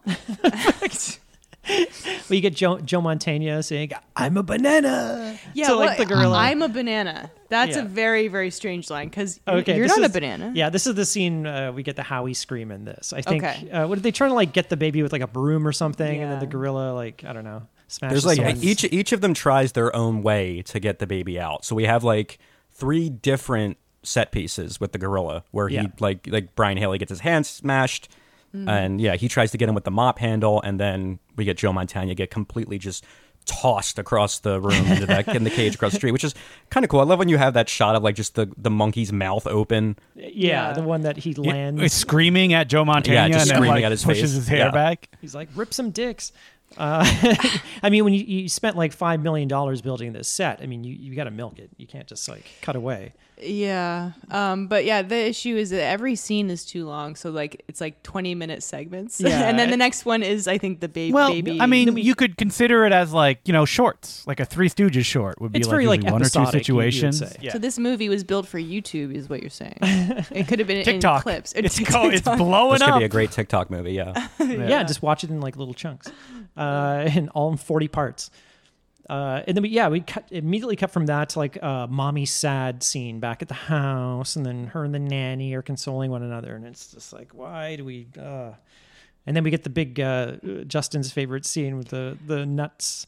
C: Well, you get Joe, Joe Montana saying, "I'm a banana."
A: Yeah,
C: to, like
A: well,
C: the gorilla.
A: I'm a banana. That's
C: Yeah.
A: a very very strange line because
C: okay,
A: you're
C: this
A: not
C: is-
A: a banana.
C: Yeah, this is the scene uh, we get the Howie scream in this. I think.
A: Okay.
C: Uh, what did they try to like get the baby with like a broom or something, and then
A: Yeah.
C: the gorilla like I don't know. Smashes
D: There's like
C: someone's-
D: each each of them tries their own way to get the baby out. So we have like three different set pieces with the gorilla where
C: Yeah.
D: he like like Brian Haley gets his hand smashed
B: Mm.
D: and yeah, he tries to get him with the mop handle and then we get Joe Montana get completely just tossed across the room into that in the cage across the street, which is kind of cool. I love when you have that shot of like just the the monkey's mouth open.
C: Yeah,
A: Yeah.
C: the one that he lands.
B: It's screaming at Joe Montana
D: just
B: and then,
D: screaming
B: like,
D: at his
B: pushes
D: face.
B: his hair
D: Yeah.
B: back.
C: He's like, rip some dicks. Uh, [laughs] I mean, when you, you spent like five million dollars building this set, I mean, you, you got to milk it. You can't just like cut away.
A: Yeah. Um, but yeah, the issue is that every scene is too long. So like it's like 20 minute segments. [laughs]
C: Yeah.
A: and then the next one is I think the ba-
B: Well,
A: baby.
B: I mean, you could consider it as like you know shorts, like a Three Stooges short would be
C: It's
B: like,
C: very, like,
B: usually one or two
C: episodic, you- you would
B: situations.
C: say.
B: Yeah.
A: So this movie was built for YouTube is what you're
B: [laughs]
A: saying. It could have been
B: TikTok,
A: in
B: [laughs]
A: clips. [laughs] Or
B: it's,
A: TikTok.
B: go, it's blowing
D: This could
B: up.
D: be a great TikTok movie, yeah.
C: Yeah. just watch it in like little chunks, uh, [laughs] in all forty parts. Uh, and then we, yeah, we cut immediately cut from that to like uh, mommy's sad scene back at the house, and then her and the nanny are consoling one another, and it's just like, why do we? Uh... And then we get the big uh, Justin's favorite scene with the the nuts.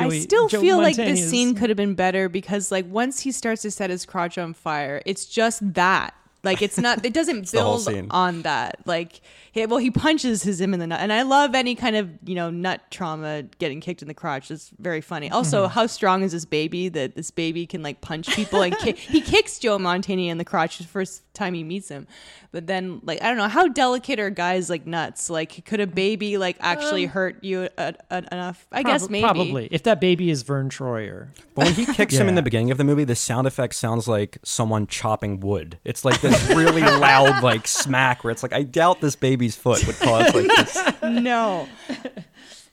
A: I still
C: Joe
A: feel like
C: Montana's-
A: this scene could have been better because like once he starts to set his crotch on fire, it's just that. Like it's not. It doesn't
D: the whole
A: build
D: scene.
A: on that. Like, he, well, he punches his him in the nut, and I love any kind of you know nut trauma getting kicked in the crotch. It's very funny. Also, how strong is this baby that this baby can like punch people and kick? He kicks Joe Montana in the crotch the first time he meets him, but then like I don't know how delicate are guys like nuts. Like, could a baby like actually hurt you uh, uh, enough? I guess
C: Prob-
A: maybe
C: Probably. If that baby is Vern Troyer.
A: [laughs]
D: But when he kicks him in
B: Yeah.
D: the beginning of the movie, the sound effect sounds like someone chopping wood. It's like this
A: [laughs]
D: really loud like smack where it's like I doubt this baby's foot would cause like
A: [laughs]
D: this.
A: no.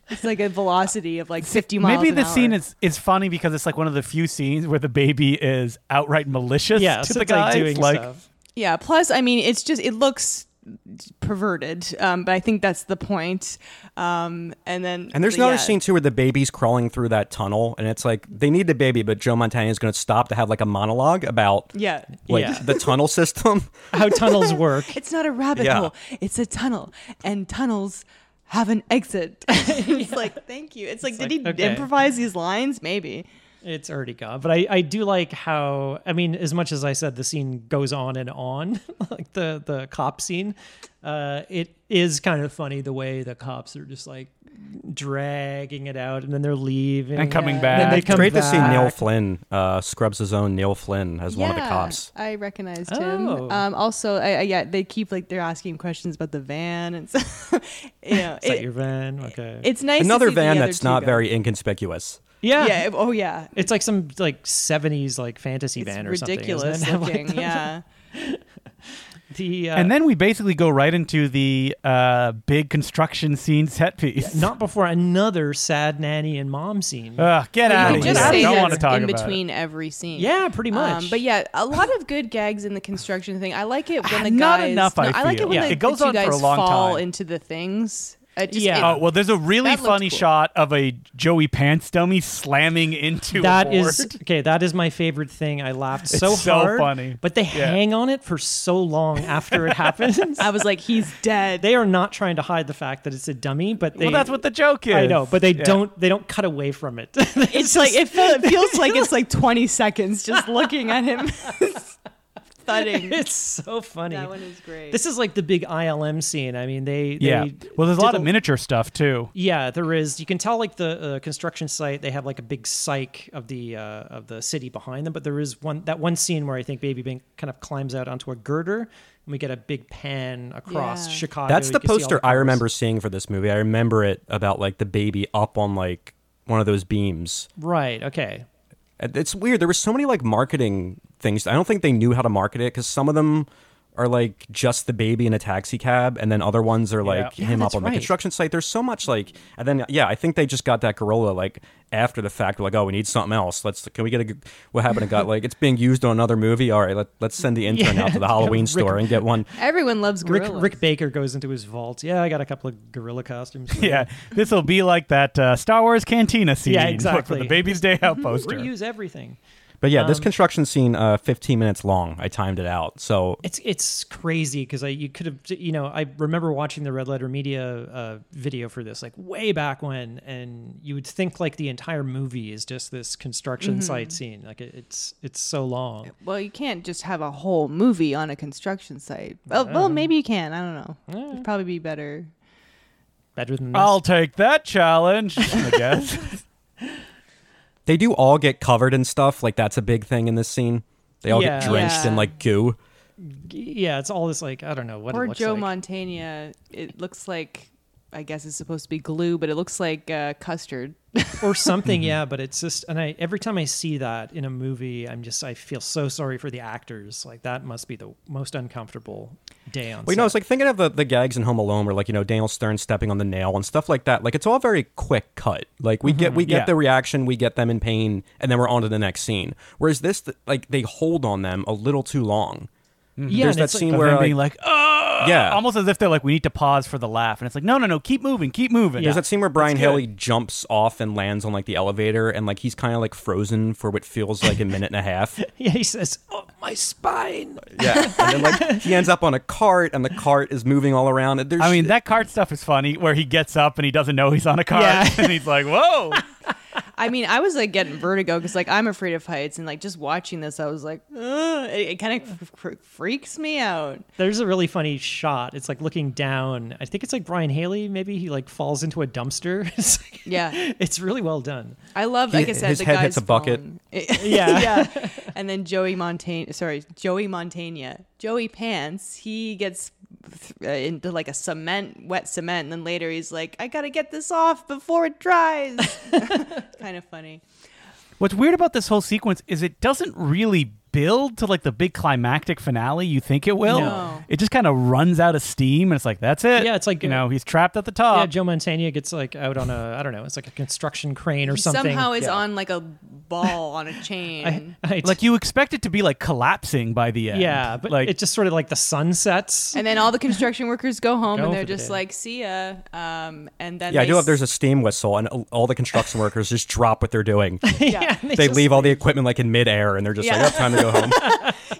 A: It's like a velocity of like 50 miles.
B: Maybe
A: an
B: the
A: hour.
B: scene is, is funny because it's like one of the few scenes where the baby is outright malicious
C: Yeah,
B: to
C: so
B: the
C: it's like
B: guys.
C: doing
B: like,
C: stuff.
A: Yeah. Plus, I mean, it's just it looks perverted, um, but I think that's the point. Um, and then
D: And there's
A: yeah.
D: another scene too where the baby's crawling through that tunnel and it's like they need the baby, but Joe Montana is gonna stop to have like a monologue about
A: Yeah.
D: like
C: Yeah.
D: the
A: [laughs]
D: tunnel system.
B: [laughs]
C: How tunnels work.
A: It's not a rabbit
D: Yeah.
A: hole. It's a tunnel, and tunnels have an exit. [laughs] it's like, thank you. It's like,
C: like,
A: did he
C: okay.
A: improvise these lines? Maybe.
C: It's already gone. But I, I do like how I mean, as much as I said the scene goes on and on, [laughs] like the the cop scene, uh, it is kind of funny the way the cops are just like dragging it out and then they're leaving
B: And coming
C: Yeah. And then
B: back.
C: they
B: It's
C: come
D: Great to see Neil
C: back.
D: Flynn, uh, Scrubs' own Neil Flynn, as one of the
A: Yeah,
D: cops.
A: I recognized
C: Oh.
A: him. Um, also, I, I, yeah, they keep like they're asking questions about the van and so, [laughs] you know,
C: Is that
A: it-
C: your van? Okay.
A: it's nice. to
D: Another
A: see the
D: van
A: other
D: that's
A: two
D: not
A: go.
D: very inconspicuous.
C: yeah.
A: Yeah. it- Oh yeah.
C: It's like some like seventies like fantasy
A: It's
C: van or
A: ridiculous
C: something. isn't it? [laughs]
A: looking. yeah.
C: the uh,
B: And then we basically go right into the uh, big construction scene set piece.
C: not before another sad nanny and mom scene.
B: [laughs] Ugh, get
A: You
B: out of
A: could
B: here.
A: just
C: I
A: say
B: don't
A: that's
B: want to talk
A: in
B: about
A: between every scene.
C: yeah, pretty much.
A: Um, but yeah, a lot of good gags in the construction thing. I like it when the
B: Not
A: guys.
B: enough, I
A: like it
B: feel.
A: when
B: Yeah.
A: the,
B: It goes
A: the two
B: on for a
A: guys
B: long
A: fall
B: time.
A: into the things. I just,
C: Yeah.
B: it.
A: it-
B: Oh, well, there's a really
A: That looked
B: funny
A: cool.
B: shot of a Joey Pants dummy slamming into
C: That
B: a board. [laughs]
C: is okay. That is my favorite thing. I laughed so
B: so
C: hard.
B: funny.
C: But they
B: Yeah.
C: hang on it for so long
B: [laughs]
C: after it happens.
A: I was like, he's dead.
C: [laughs] they are not trying to hide the fact that it's a dummy, but they.
B: well, that's what the joke is.
C: I know, but they
B: Yeah.
C: don't. They don't cut away from it. [laughs]
A: [laughs]
C: It's
A: it's
C: just-
A: like it, feel, it feels like it's like 20 seconds just looking at him thudding.
C: it's so funny.
A: That one is great.
C: This is like the big ILM scene. I mean, they.
B: Yeah.
C: They
B: Well, there's a
C: did
B: lot of miniature stuff too.
C: Yeah, there is. You can tell like the uh, construction site. They have like a big psych of the uh, of the city behind them. But there is one that one scene where I think Baby Bink kind of climbs out onto a girder, and we get a big pan across
A: Yeah.
C: Chicago.
D: That's
C: You
D: the
C: can see all
D: poster I
C: cars.
D: remember seeing for this movie. I remember it about like the baby up on like one of those beams.
C: Right. Okay.
D: And It's weird. There were so many like marketing things. I don't think they knew how to market it because some of them are like just the baby in a taxi cab, and then other ones are like
C: Yeah,
D: him up
C: that's
D: on
C: right.
D: the construction site. There's so much like, and then yeah, I think they just got that Corolla like after the fact. Like, oh, we need something else. Let's can we get a what happened? It got [laughs] like it's being used on another movie. All right, let, let's send the intern out to the Halloween store and get one.
A: Everyone loves
C: Rick,
A: gorillas.
C: Rick Baker goes into his vault. Yeah, I got a couple of
D: [laughs]
C: gorilla costumes.
B: Yeah, this will be like that uh, Star Wars cantina scene. [laughs]
C: Yeah,
B: but
C: exactly.
B: For the
A: [laughs]
B: Baby's Day Out poster.
C: Reuse everything.
D: But yeah, this
C: Um,
D: construction scene, uh, 15 minutes long. I timed it out. So
C: It's it's crazy because I you could have you know I remember watching the Red Letter Media uh, video for this like way back when, and you would think like the entire movie is just this construction
A: Mm-hmm.
C: site scene. Like it, it's it's so long.
A: Well, you can't just have a whole movie on a construction site. Well, well maybe you can. I don't know. It'd probably be better.
C: Better than this.
B: I'll take that challenge.
A: [laughs]
B: I guess.
D: they do all get covered and stuff. Like that's a big thing in this scene. They all
C: Yeah.
D: get drenched in
A: Yeah.
D: like goo.
C: yeah, it's all this like I don't know what
A: Poor
C: it looks
A: Joe
C: like.
A: Montana. It looks like, I guess it's supposed to be glue, but it looks like uh, custard. [laughs]
C: or something yeah but it's just and i every time i see that in a movie i'm just i feel so sorry for the actors like that must be the most uncomfortable day on
D: Well, you know, it's
C: set.
D: like thinking of the, the gags in Home Alone where like, you know, Daniel Stern stepping on the nail and stuff like that. Like it's all very quick cut. Like we
C: Mm-hmm.
D: get we get
B: yeah.
D: the reaction, we get them in pain, and then we're on to the next scene. Whereas this th- like they hold on them a little too long.
C: yeah
D: There's
C: and
D: that
C: it's like-
D: scene
B: Of
D: where
B: them
D: like,
B: being like, oh,
D: Yeah.
B: almost as if they're like, we need to pause for the laugh, and it's like, no, no, no, keep moving, keep moving.
D: There's that scene where Brian
B: good.
D: Haley jumps off and lands on like the elevator and like he's kinda like frozen for what feels like a minute and a half.
C: [laughs] yeah he says oh my spine
D: Yeah, and then like he ends up on a cart, and the cart is moving all around. And There's,
B: I mean, that cart stuff is funny, where he gets up and he doesn't know he's on a cart,
C: Yeah.
B: [laughs] and he's like, whoa.
A: I mean, I was like getting vertigo because like I'm afraid of heights, and like just watching this, I was like, Ugh, it, it kind of f- f- freaks me out.
C: there's a really funny shot it's like looking down i think it's like brian haley maybe he like falls into a dumpster [laughs] It's like-
A: Yeah.
C: it's really well done
A: I love, like I said,
D: his
A: the
D: head
A: guy's
D: hits a
A: [laughs]
D: bucket.
A: falling. It-
C: Yeah.
A: yeah. And then Joey Montana, sorry, Joey Montana, Joey Pants, he gets th- uh, into like a cement, wet cement, and then later he's like, I gotta get this off before it
C: [laughs]
A: dries. [laughs] kind of funny.
B: What's weird about this whole sequence is it doesn't really build to like the big climactic finale you think it will.
A: No.
B: It just kind of runs out of steam, and it's like, that's it.
C: Yeah, it's like-
B: you know, he's trapped at the
C: yeah
A: Uh,
B: top.
C: joe montana gets like out on a i don't know it's like a construction crane or
A: he
C: something
A: somehow is
C: Yeah.
A: on like a ball on
C: [laughs]
A: a chain.
C: I, I-
B: like you expect it to be like collapsing by the end.
C: [laughs] yeah but
B: like
C: it just sort of like the sun sets [laughs]
A: And then all the construction workers go home
C: Go
A: and
C: for
A: they're
C: the
A: just
C: day.
A: like, see ya. Um, and then
D: yeah, I
A: they
D: do love. There's
A: s-
D: a steam whistle, and all- all the construction workers just drop what they're doing.
A: yeah.
C: and
D: They
C: just-
D: leave all the equipment like in midair, and they're just
A: Yeah.
D: like, "Oh, time to go home.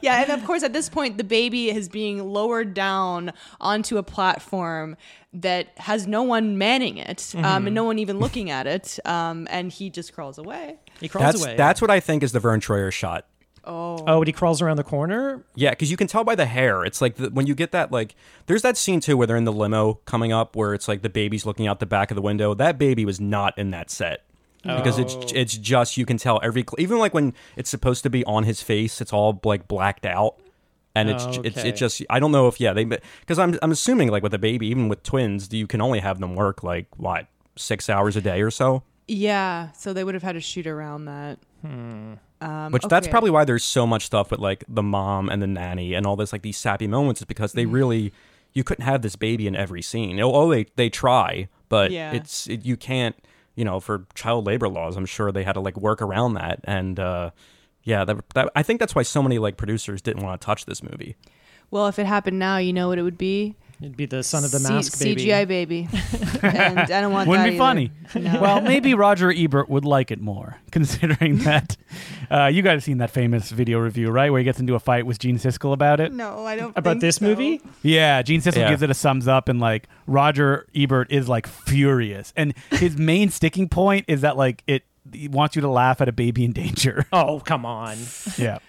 A: yeah, and of course, at this point, the baby is being lowered down onto a platform that has no one manning it um, and no one even looking at it. Um, and he just crawls away.
C: He crawls
D: That's
C: away.
D: that's what I think is the Vern Troyer shot.
C: oh, but he crawls around the corner.
D: Yeah, because you can tell by the hair. It's like the, when you get that like. There's that scene too where they're in the limo coming up, where it's like the baby's looking out the back of the window. That baby was not in that set because it's it's just you can tell every cl- even like when it's supposed to be on his face, it's all like blacked out, and it's j it's
C: Okay.
D: it just I don't know if yeah they because I'm I'm assuming like with a baby even with twins you can only have them work like what six hours a day or so.
A: Yeah, so they would have had to shoot around that.
D: Which that's
A: okay.
D: probably why there's so much stuff with like the mom and the nanny and all this like these sappy moments is because
A: Mm.
D: they really you couldn't have this baby in every scene. Oh, oh they they try, but
A: Yeah.
D: it's it, you can't. You know, for child labor laws, I'm sure they had to like work around that. And uh, yeah, that, that, I think that's why so many like producers didn't want to touch this movie.
A: Well, if it happened now, you know what it would be.
C: It'd be the son of the
A: C-
C: mask baby.
A: CGI
C: [laughs]
A: baby. and I don't want
B: Wouldn't
A: that
B: be
A: either.
B: funny. [laughs] Well, maybe Roger Ebert would like it more, [laughs] considering that uh, you guys have seen that famous video review, right, where he gets into a fight with Gene Siskel about it.
A: No, I don't.
C: About
A: think
C: this
A: so.
C: movie?
B: Yeah, Gene Siskel
D: Yeah.
B: gives it a thumbs up, and like Roger Ebert is like furious, and his main sticking point is that like it he wants you to laugh at a baby in danger.
C: Oh, come on.
B: yeah,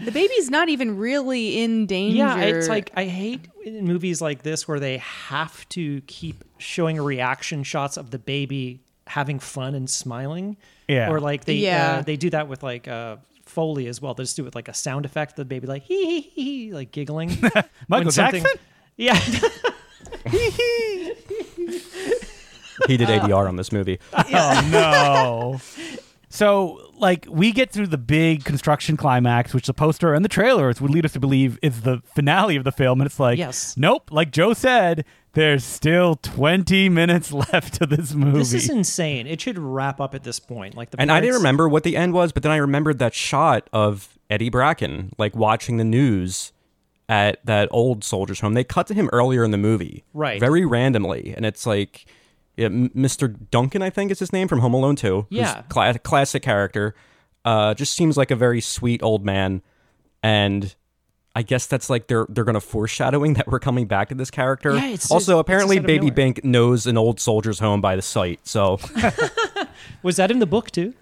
A: The baby's not even really in danger.
C: Yeah, it's like I hate in movies like this where they have to keep showing reaction shots of the baby having fun and smiling.
B: Yeah.
C: Or like they
A: Yeah.
C: uh, they do that with like uh, Foley as well. They just do it with like a sound effect of the baby like [laughs] hee hee hee hee like
D: [laughs]
C: giggling.
B: Michael
C: When something-
B: Jackson.
C: Yeah. [laughs]
D: He
A: [laughs] Uh.
D: did ADR on this movie.
B: Oh no. So like we get through the big construction climax, which the poster and the trailers would lead us to believe is the finale of the film, and it's like
C: Yes.
B: nope, like Joe said, there's still twenty minutes [laughs] left to this movie.
C: This is insane. It should wrap up at this point. Like the
D: And I didn't
C: parents-
D: remember what the end was, but then I remembered that shot of Eddie Bracken like watching the news at that old soldiers' home. They cut to him earlier in the movie,
C: Right.
D: Very randomly, and it's like yeah, M- Mr. Duncan, I think is his name from Home Alone Two. who's
C: Yeah.
D: cla- classic character. Uh, just seems like a very sweet old man, and. I guess that's like they're they're gonna foreshadowing [laughs] that we're coming back to this character.
C: Yeah, it's just- it's
D: also,
C: just
D: apparently,
C: out of
D: Baby
C: nowhere.
D: Bank knows an old soldier's home by the site.
C: [laughs]
D: So,
C: Was that in the book too?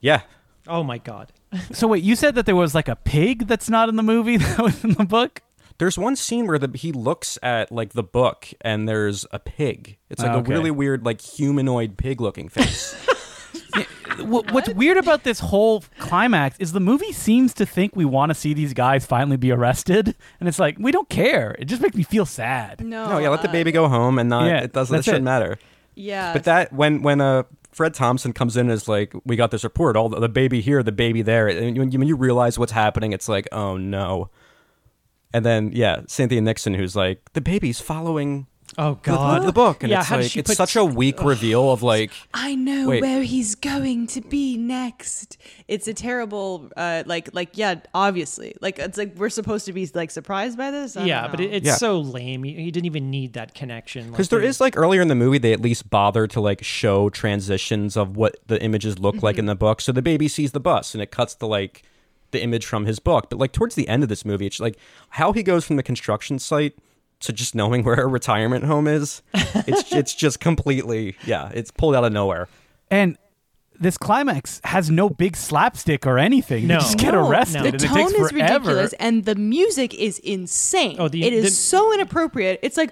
D: yeah,
C: Oh my god.
B: so wait, you said that there was like a pig that's not in the movie [laughs] that was in the book?
D: There's one scene where the, he looks at like the book and there's a pig. It's like
B: Okay.
D: a really weird like humanoid pig looking face.
B: What, what's weird about this whole climax is the movie seems to think we want to see these guys finally be arrested, and it's like we don't care. It just makes me feel sad.
A: no,
D: no, yeah, let the
A: uh,
D: baby go home and not
B: Yeah,
D: it doesn't it
B: that's
D: shouldn't
B: it.
D: matter.
A: Yeah,
D: But that when when uh Fred Thompson comes in and is like, we got this report. All the, the baby here, the baby there. And when you, when you realize what's happening, it's like, oh no. And then yeah, Cynthia Nixon, who's like, the baby's following
C: Oh
D: the,
C: god.
D: the book, and
C: Yeah,
D: it's
C: how did
D: like
C: she
D: it's
C: put-
D: such a weak reveal of like,
A: I know
D: Wait.
A: where he's going to be next. It's a terrible, uh, like, like, yeah, obviously, like, it's like we're supposed to be like surprised by this. I don't
C: yeah, but
A: know.
C: it, it's
D: Yeah.
C: so lame. You, you didn't even need that connection.
D: because
C: like,
D: there is like earlier in the movie they at least bother to like show transitions of what the images look like in the book so the baby sees the bus and it cuts to like the image from his book but like towards the end of this movie it's like how he goes from the construction site to just knowing [laughs] where a retirement home is it's it's just completely yeah it's pulled out of nowhere
B: And this climax has no big slapstick or anything.
C: No.
B: They just get
A: No,
B: arrested.
A: The
B: and it
A: tone
B: takes
A: is
B: forever.
A: ridiculous, and the music is insane.
C: Oh, the-
A: it is
C: the-
A: so inappropriate. It's like,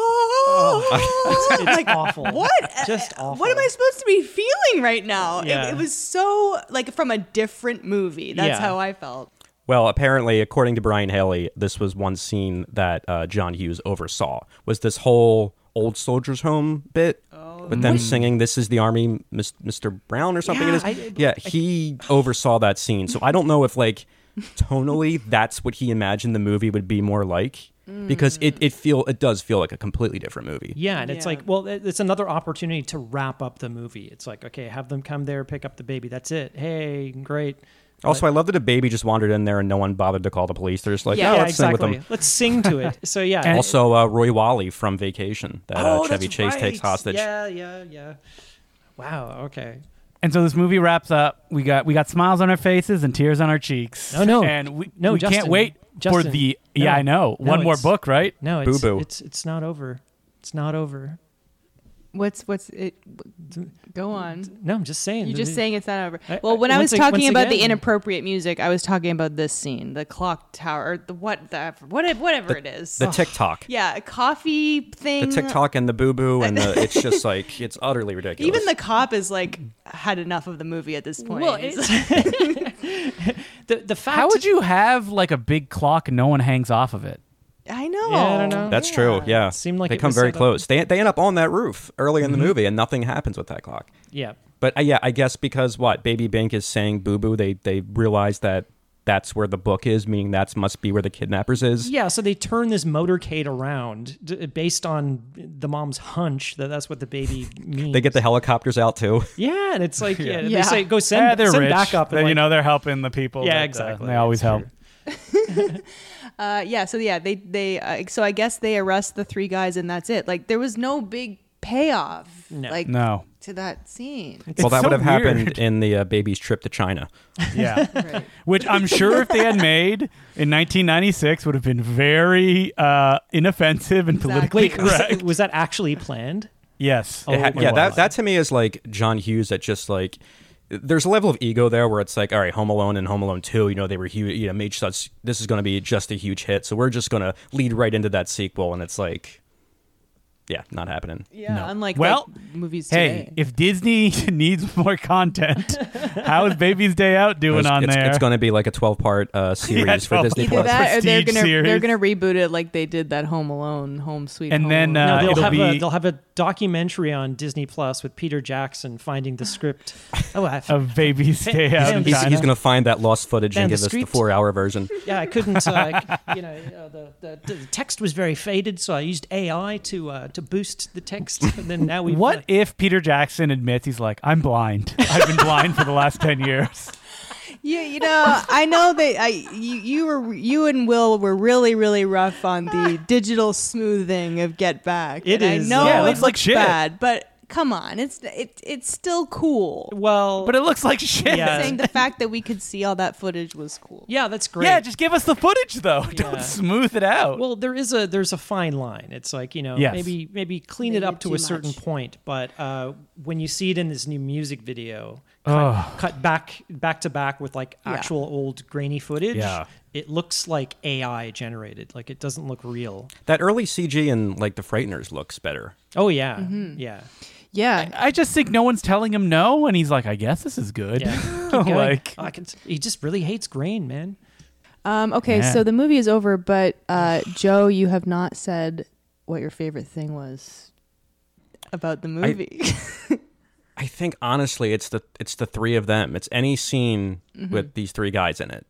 A: [laughs] oh,
C: It's
A: like
C: awful.
A: what? Uh,
C: Just awful.
A: What am I supposed to be feeling right now? It-
C: Yeah.
A: It, was so like from a different movie. That's
C: Yeah.
A: how I felt.
D: Well, apparently, according to Brian Haley, this was one scene that uh, John Hughes oversaw. Was this whole old soldiers' home bit with them singing "This is the Army, Mis- Mr. Brown" or something?
C: Oh. Mm. Yeah,
D: it is.
C: I-
D: yeah, he oversaw that scene. So I don't know if, like, tonally, that's what he imagined the movie would be more like, because it it feel it does feel like a completely different movie.
C: Yeah, and it's
A: Yeah.
C: like, well, it- it's another opportunity to wrap up the movie. It's like, okay, have them come there, pick up the baby. That's it. Hey, great.
D: Also, I love that a baby just wandered in there and no one bothered to call the police. They're just like,
A: Yeah,
D: yeah,
A: yeah,
D: let's sing with them.
C: Let's sing
D: [laughs]
C: to it. So yeah.
B: And-
D: Also, uh, Roy Wally from Vacation that uh,
C: Oh,
D: Chevy
C: that's
D: Chase takes
C: right.
D: hostage.
C: Yeah, yeah, yeah. Wow. Okay.
B: And so this movie wraps up. We got we got smiles on our faces and tears on our cheeks.
C: No, no.
B: and we,
C: No,
B: we can't
C: Justin.
B: wait for
C: Justin.
B: the
C: No.
B: yeah I know
C: No,
B: one more
C: it's-
B: book right.
C: No, it's,
D: Boo-boo.
C: it's it's not over. It's not over.
A: What's what's it? Go on.
C: No, I'm just saying.
A: You're
C: that
A: just
C: it-
A: saying it's not over.
C: I-
A: Well, when I was
C: once ag-
A: talking
C: once
A: about the
C: again-
A: inappropriate music, I was talking about this scene, the clock tower, or the what the what whatever it is.
D: The TikTok.
A: yeah, a coffee
D: The
A: thing.
D: TikTok and the boo boo, and the,
A: [laughs]
D: it's just like, it's utterly ridiculous.
A: Even the cop is like had enough of the movie at this point.
C: Well,
A: He's
C: it's,
A: like,
C: the the fact.
B: How would you have like a big clock and no one hangs off of it?
A: [laughs] I know.
C: Yeah, I don't know.
D: That's true. Yeah,
C: It seemed like
D: they
C: it
D: come
C: was
D: very
C: set up. Mm-hmm.
D: close. They they end up on that roof early in the movie, and nothing happens with that clock.
C: Yeah.
D: But uh, yeah, I guess because what Baby Bank is saying, boo boo, they they realize that that's where the book is, meaning that must be where the kidnappers is.
C: Yeah, so they turn this motorcade around d- based on the mom's hunch that that's what the baby means.
D: They get the helicopters out too.
C: yeah, and
D: [laughs]
C: it's like yeah,
A: Yeah.
C: they say go send,
B: yeah, they're
C: send
B: rich.
C: backup. and,
B: They- you
C: like,
B: know they're helping the people.
C: Yeah,
B: that, uh,
C: exactly.
B: they always
C: That's
B: help.
C: true.
A: Uh, yeah. So yeah, they they uh, so I guess they arrest the three guys and that's it. Like there was no big payoff.
C: No.
A: Like
B: No.
C: [laughs]
A: to that scene.
D: well, that
B: so
D: would have
B: weird.
D: happened in the uh, baby's trip to China.
B: Yeah.
A: Right.
B: Which I'm sure if they had made in 1996 would have been very uh, inoffensive and politically [laughs]
C: Wait, was
B: correct.
C: that, was that actually planned?
B: yes.
D: It ha-
C: Oh,
D: yeah,
C: wow.
D: that that to me is like John Hughes that just like there's a level of ego there where it's like, all right, Home Alone and Home Alone Two, you know, they were huge. You know, made such this is going to be just a huge hit, so we're just going to lead right into that sequel, and it's like, yeah, not happening.
A: Yeah. Unlike
B: Well,
A: like, movies
B: Hey,
A: today.
B: if Disney [laughs] needs more content,
C: [laughs]
B: how is Baby's Day Out doing
D: It's,
B: on
D: it's,
B: there?
D: going to be like a 12 part
B: [laughs]
D: uh, series for
B: 12
D: Disney
A: Either
D: Plus.
A: that or they're
B: prestige
A: gonna they're
B: series.
A: gonna reboot it like they did that Home Alone, Home Sweet.
B: And
A: Home
B: then,
A: Alone.
B: Uh,
C: no,
B: it'll
C: they'll have
B: be-
C: a they'll have a documentary on Disney Plus with Peter Jackson finding the
B: [laughs]
C: script. Oh, I
B: of Baby's Day Out in
C: He's-
D: He's,
B: China.
D: he's going to find that lost footage
C: Man,
D: and
C: the
D: give us the
C: script-
D: four hour version.
C: yeah, I couldn't. Uh, [laughs] you know, uh, the, the the text was very faded, so I used AI to uh, to boost the text. And then now we
B: what if Peter Jackson admits he's like, I'm blind. I've been blind for the last 10
C: [laughs]
B: years. uh,
A: Yeah, you know, I know that I you, you were you and Will were really really rough on [laughs] the digital smoothing of Get Back.
C: It
A: and
C: is,
A: I know
B: yeah, it
A: it
B: looks
A: looks
B: like shit.
A: bad, but come on, it's it, it's still cool.
C: Well,
B: But uh, it looks like shit.
C: Yeah.
A: Saying the fact that we could see all that footage was cool.
C: yeah, that's
B: [laughs]
C: great.
B: Yeah, just give us the footage though. [laughs] Don't
C: Yeah.
B: smooth it out.
C: well, there is a there's a fine line. It's like you know
B: Yes.
C: maybe maybe clean it
A: Maybe
C: up to
A: too
C: a certain
A: much.
C: point, but uh, when you see it in this new music video,
B: Ugh.
C: cut, cut back back to back with like
A: Yeah.
C: actual old grainy footage,
B: Yeah.
C: it looks like AI generated. Like it doesn't look real.
D: That early CG in like The Frighteners looks better.
C: Oh yeah,
A: Mm-hmm.
C: yeah,
A: Yeah,
B: I just think no one's telling him no, and he's like, I guess this is
A: [laughs]
B: good.
D: [laughs]
B: [laughs]
C: yeah. Keep going.
B: like,
C: I can, he just really hates grain, man.
A: Um, okay,
B: Yeah.
A: so the movie is over, but uh, Joe, you have not said what your favorite thing was about the
B: [laughs]
A: movie.
D: I think honestly, it's the it's the three of them. It's any scene
C: Mm-hmm.
D: with these three guys in it,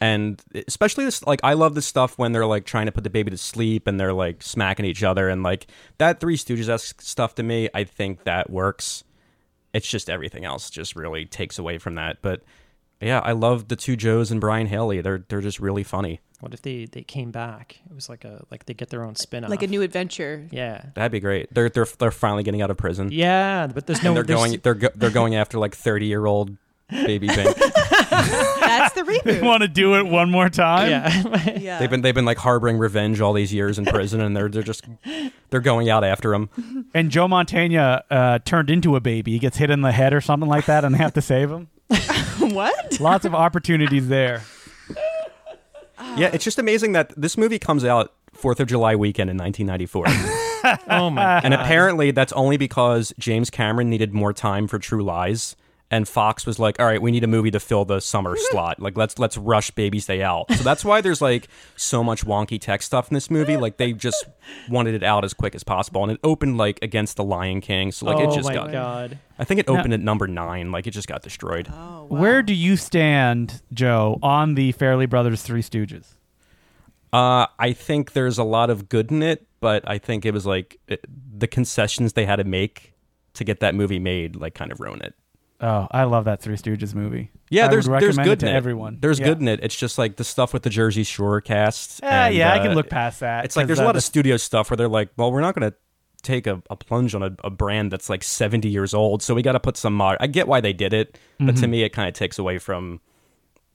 D: and especially this. Like, I love this stuff when they're like trying to put the baby to sleep and they're like smacking each other and like that Three Stooges esque stuff. To me, I think that works. It's just everything else just really takes away from that. But yeah, I love the two Joes and Brian Haley. They're they're just really funny.
C: What if they they came back? It was like a like they get their own spin off,
A: like a new adventure.
C: yeah.
D: That'd be great. They're they're they're finally getting out of prison.
C: Yeah, but there's no.
D: And they're
C: there's-
D: going they're go, they're going after like thirty year old baby Bink.
A: That's the
B: [laughs] they
A: reboot.
B: want to do it one more time.
C: [laughs]
D: [laughs]
C: Yeah,
A: yeah.
D: They've been they've been like harboring revenge all these years in prison, and they're they're just they're going out after him.
B: And Joe Montana uh, turned into a baby. He gets hit in the head or something like that, and they have to
A: [laughs]
B: save him.
A: [laughs]
B: [laughs]
A: what?
B: Lots of opportunities there.
D: Yeah, it's just amazing that this movie comes out Fourth of July weekend in [laughs] 1994,
C: [laughs] oh my.
D: and apparently that's only because James Cameron needed more time for True Lies, and Fox was like, "All right, we need a movie to fill the [laughs] summer slot. Like let's let's rush Baby's Day out." So that's why there's like so much wonky tech stuff in this movie. Like they just wanted it out as quick as possible, and it opened like against The Lion King. So like
C: oh
D: it just
C: my
D: got.
C: god.
D: I think it opened at number nine. Like it just got destroyed.
A: Oh, wow.
B: Where do you stand, Joe, on the Fairley Brothers Three Stooges?
D: Uh, I think there's a lot of good in it, but I think it was like it, the concessions they had to make to get that movie made, like kind of ruin it.
B: Oh, I love that Three Stooges movie.
D: Yeah,
B: I
D: there's
B: would
D: there's
B: recommend
D: good
B: it
D: in
B: to
D: it.
B: everyone.
D: There's
B: yeah.
D: good in it. It's just like the stuff with the Jersey Shore cast.
B: Yeah,
D: and,
B: Eh, yeah, I
D: uh,
B: can look past that.
D: It's like
B: 'cause,
D: there's a
B: uh,
D: lot
B: the-
D: of studio stuff where they're like, well, we're not gonna take a, a plunge on a, a brand that's like 70 years old. So we got to put some mod. I get why they did it, but
B: Mm-hmm.
D: to me, it kind of takes away from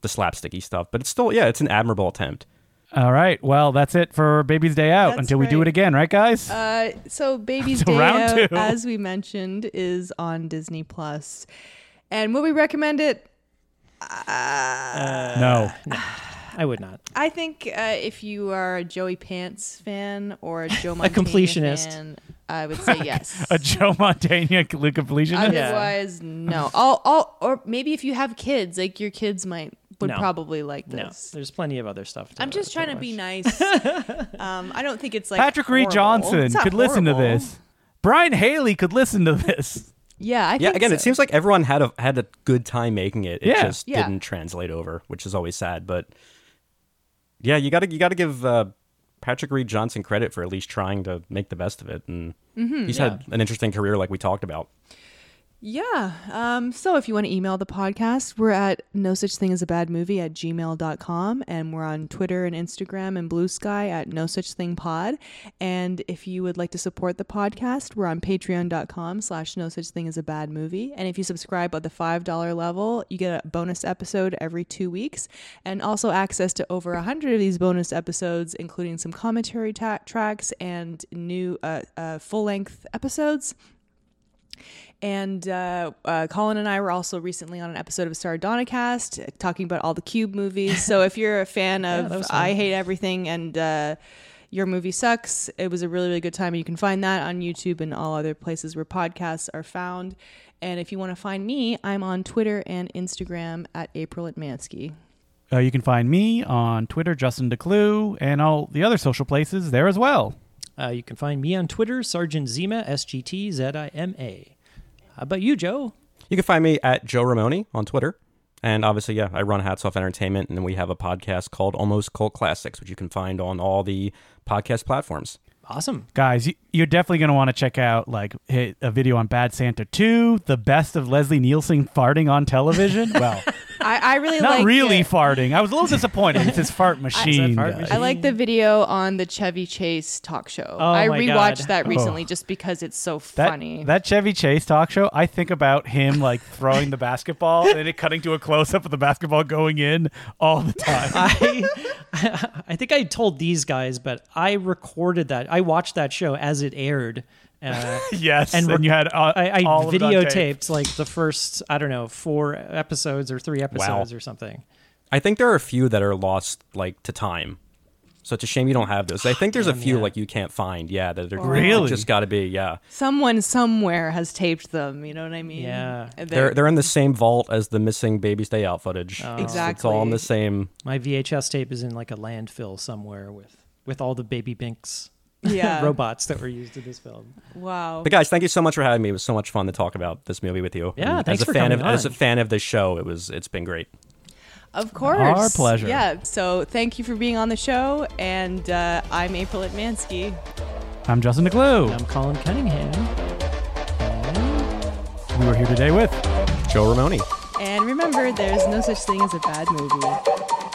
D: the slapsticky stuff. But it's still, yeah, it's an admirable attempt.
B: All right. Well, that's it for Baby's Day Out
A: That's
B: until we do
A: right.
B: it again, right, guys?
A: Uh, so Baby's
B: So
A: Day
B: round
A: Out,
B: two.
A: as we mentioned, is on Disney Plus, and will we recommend it? Uh, [laughs]
B: no.
C: I would not.
A: I think uh, if you are a Joey Pants fan or
B: [laughs]
A: a Joe Montana
C: completionist.
A: fan, I would say yes.
B: A Joe Montana [laughs] Luca Felician.
C: yeah.
A: Otherwise, no. All, all, or maybe if you have kids, like your kids might would
C: No.
A: probably like
C: No,
A: this.
C: there's plenty of other stuff. To,
A: I'm just trying to be
B: [laughs]
C: watch.
A: nice. um, I don't think it's like
B: Patrick Reed
A: horrible.
B: Johnson
A: It's not
B: could listen to
A: horrible.
B: this. Brian Haley could listen to this.
A: Yeah, I
D: Yeah,
A: think
D: again, it
A: so.
D: seems like everyone had a had a good time making it. It
B: Yeah.
D: just
A: Yeah.
D: didn't translate over, which is always sad. But yeah, you gotta you gotta give uh, Patrick Reed Johnson credit for at least trying to make the best of it, and he's had an interesting career, like we talked about.
A: Yeah. Um, so if you want to email the podcast, we're at no such thing as a bad movie at gmail.com. And we're on Twitter and Instagram and Blue Sky at no such thing pod. And if you would like to support the podcast, we're on patreon.com slash no such thing as a bad movie. And if you subscribe at the $5 level, you get a bonus episode every two weeks and also access to over 100 of these bonus episodes, including some commentary ta- tracks and new uh, uh, full length episodes. And uh, uh, Colin and I were also recently on an episode of Sardonicast uh, talking about all the Cube movies. So if you're a
C: [laughs]
A: fan of
C: that was fun.
A: I Hate Everything and uh, Your Movie Sucks, it was a really, really good time. You can find that on YouTube and all other places where podcasts are found. And if you want to find me, I'm on Twitter and Instagram at April Atmansky.
B: Uh, you can find me on Twitter, Justin DeClue, and all the other social places there as well.
C: Uh, you can find me on Twitter, Sergeant Zima, S G T Z I M A. How about you, Joe?
D: You can find me at Joe Ramone on Twitter. And obviously, yeah, I run Hats Off Entertainment, and then we have a podcast called Almost Cult Classics, which you can find on all the podcast platforms.
C: Awesome.
B: Guys, you- you're definitely going to want to check out like hit a video on Bad Santa 2, the best of Leslie Nielsen farting on
C: [laughs]
A: [laughs]
B: television. Well,
A: I, I really
B: not
A: like
B: really
A: it.
B: farting. I was a little disappointed with his fart machine.
C: fart
B: guys.
A: [laughs]
C: machine?
A: I like the video on the Chevy Chase talk show.
C: Oh
A: I
C: my
A: rewatched
C: God.
A: that recently just because it's so
B: That,
A: funny.
B: that Chevy Chase talk show, I think about him like throwing the basketball and it cutting to a close up of the basketball going in all the
C: [laughs]
B: time.
C: I, I think I told these guys, but I recorded that. I watched that show as it aired. Uh,
B: yes, and,
C: And
B: you had uh,
C: I, I
B: all of it on tape.
C: videotaped like the first, I don't know, four episodes or three episodes or something.
D: I think there are a few that are lost like to time. So it's a shame you don't have those. I think there's a few like you can't find. Yeah, that are
B: Really?
D: just got to be. Yeah,
A: someone somewhere has taped them. You know what I mean?
C: Yeah.
A: And
D: they're they're in the same vault as the missing Baby's Day Out footage.
C: Oh.
D: It's- it's all in
A: Exactly.
D: the same.
C: My VHS tape is in like a landfill somewhere with with all the baby Binks
A: yeah.
C: [laughs] robots that were used in this film.
A: Wow.
D: But guys, thank you so much for having me. It was so much fun to talk about this movie with you.
C: Yeah,
D: And as
C: thanks
D: a
C: for
D: fan
C: coming
D: of as a
C: on.
D: fan of the show, it was it's been great.
A: Of course.
B: Our pleasure.
A: Yeah. So thank you for being on the show, and uh, I'm April Atmansky.
B: I'm Justin DeGlue.
C: I'm Colin Cunningham.
B: We were here today with.
D: Joe Ramone.
A: And remember, there's no such thing as a bad movie.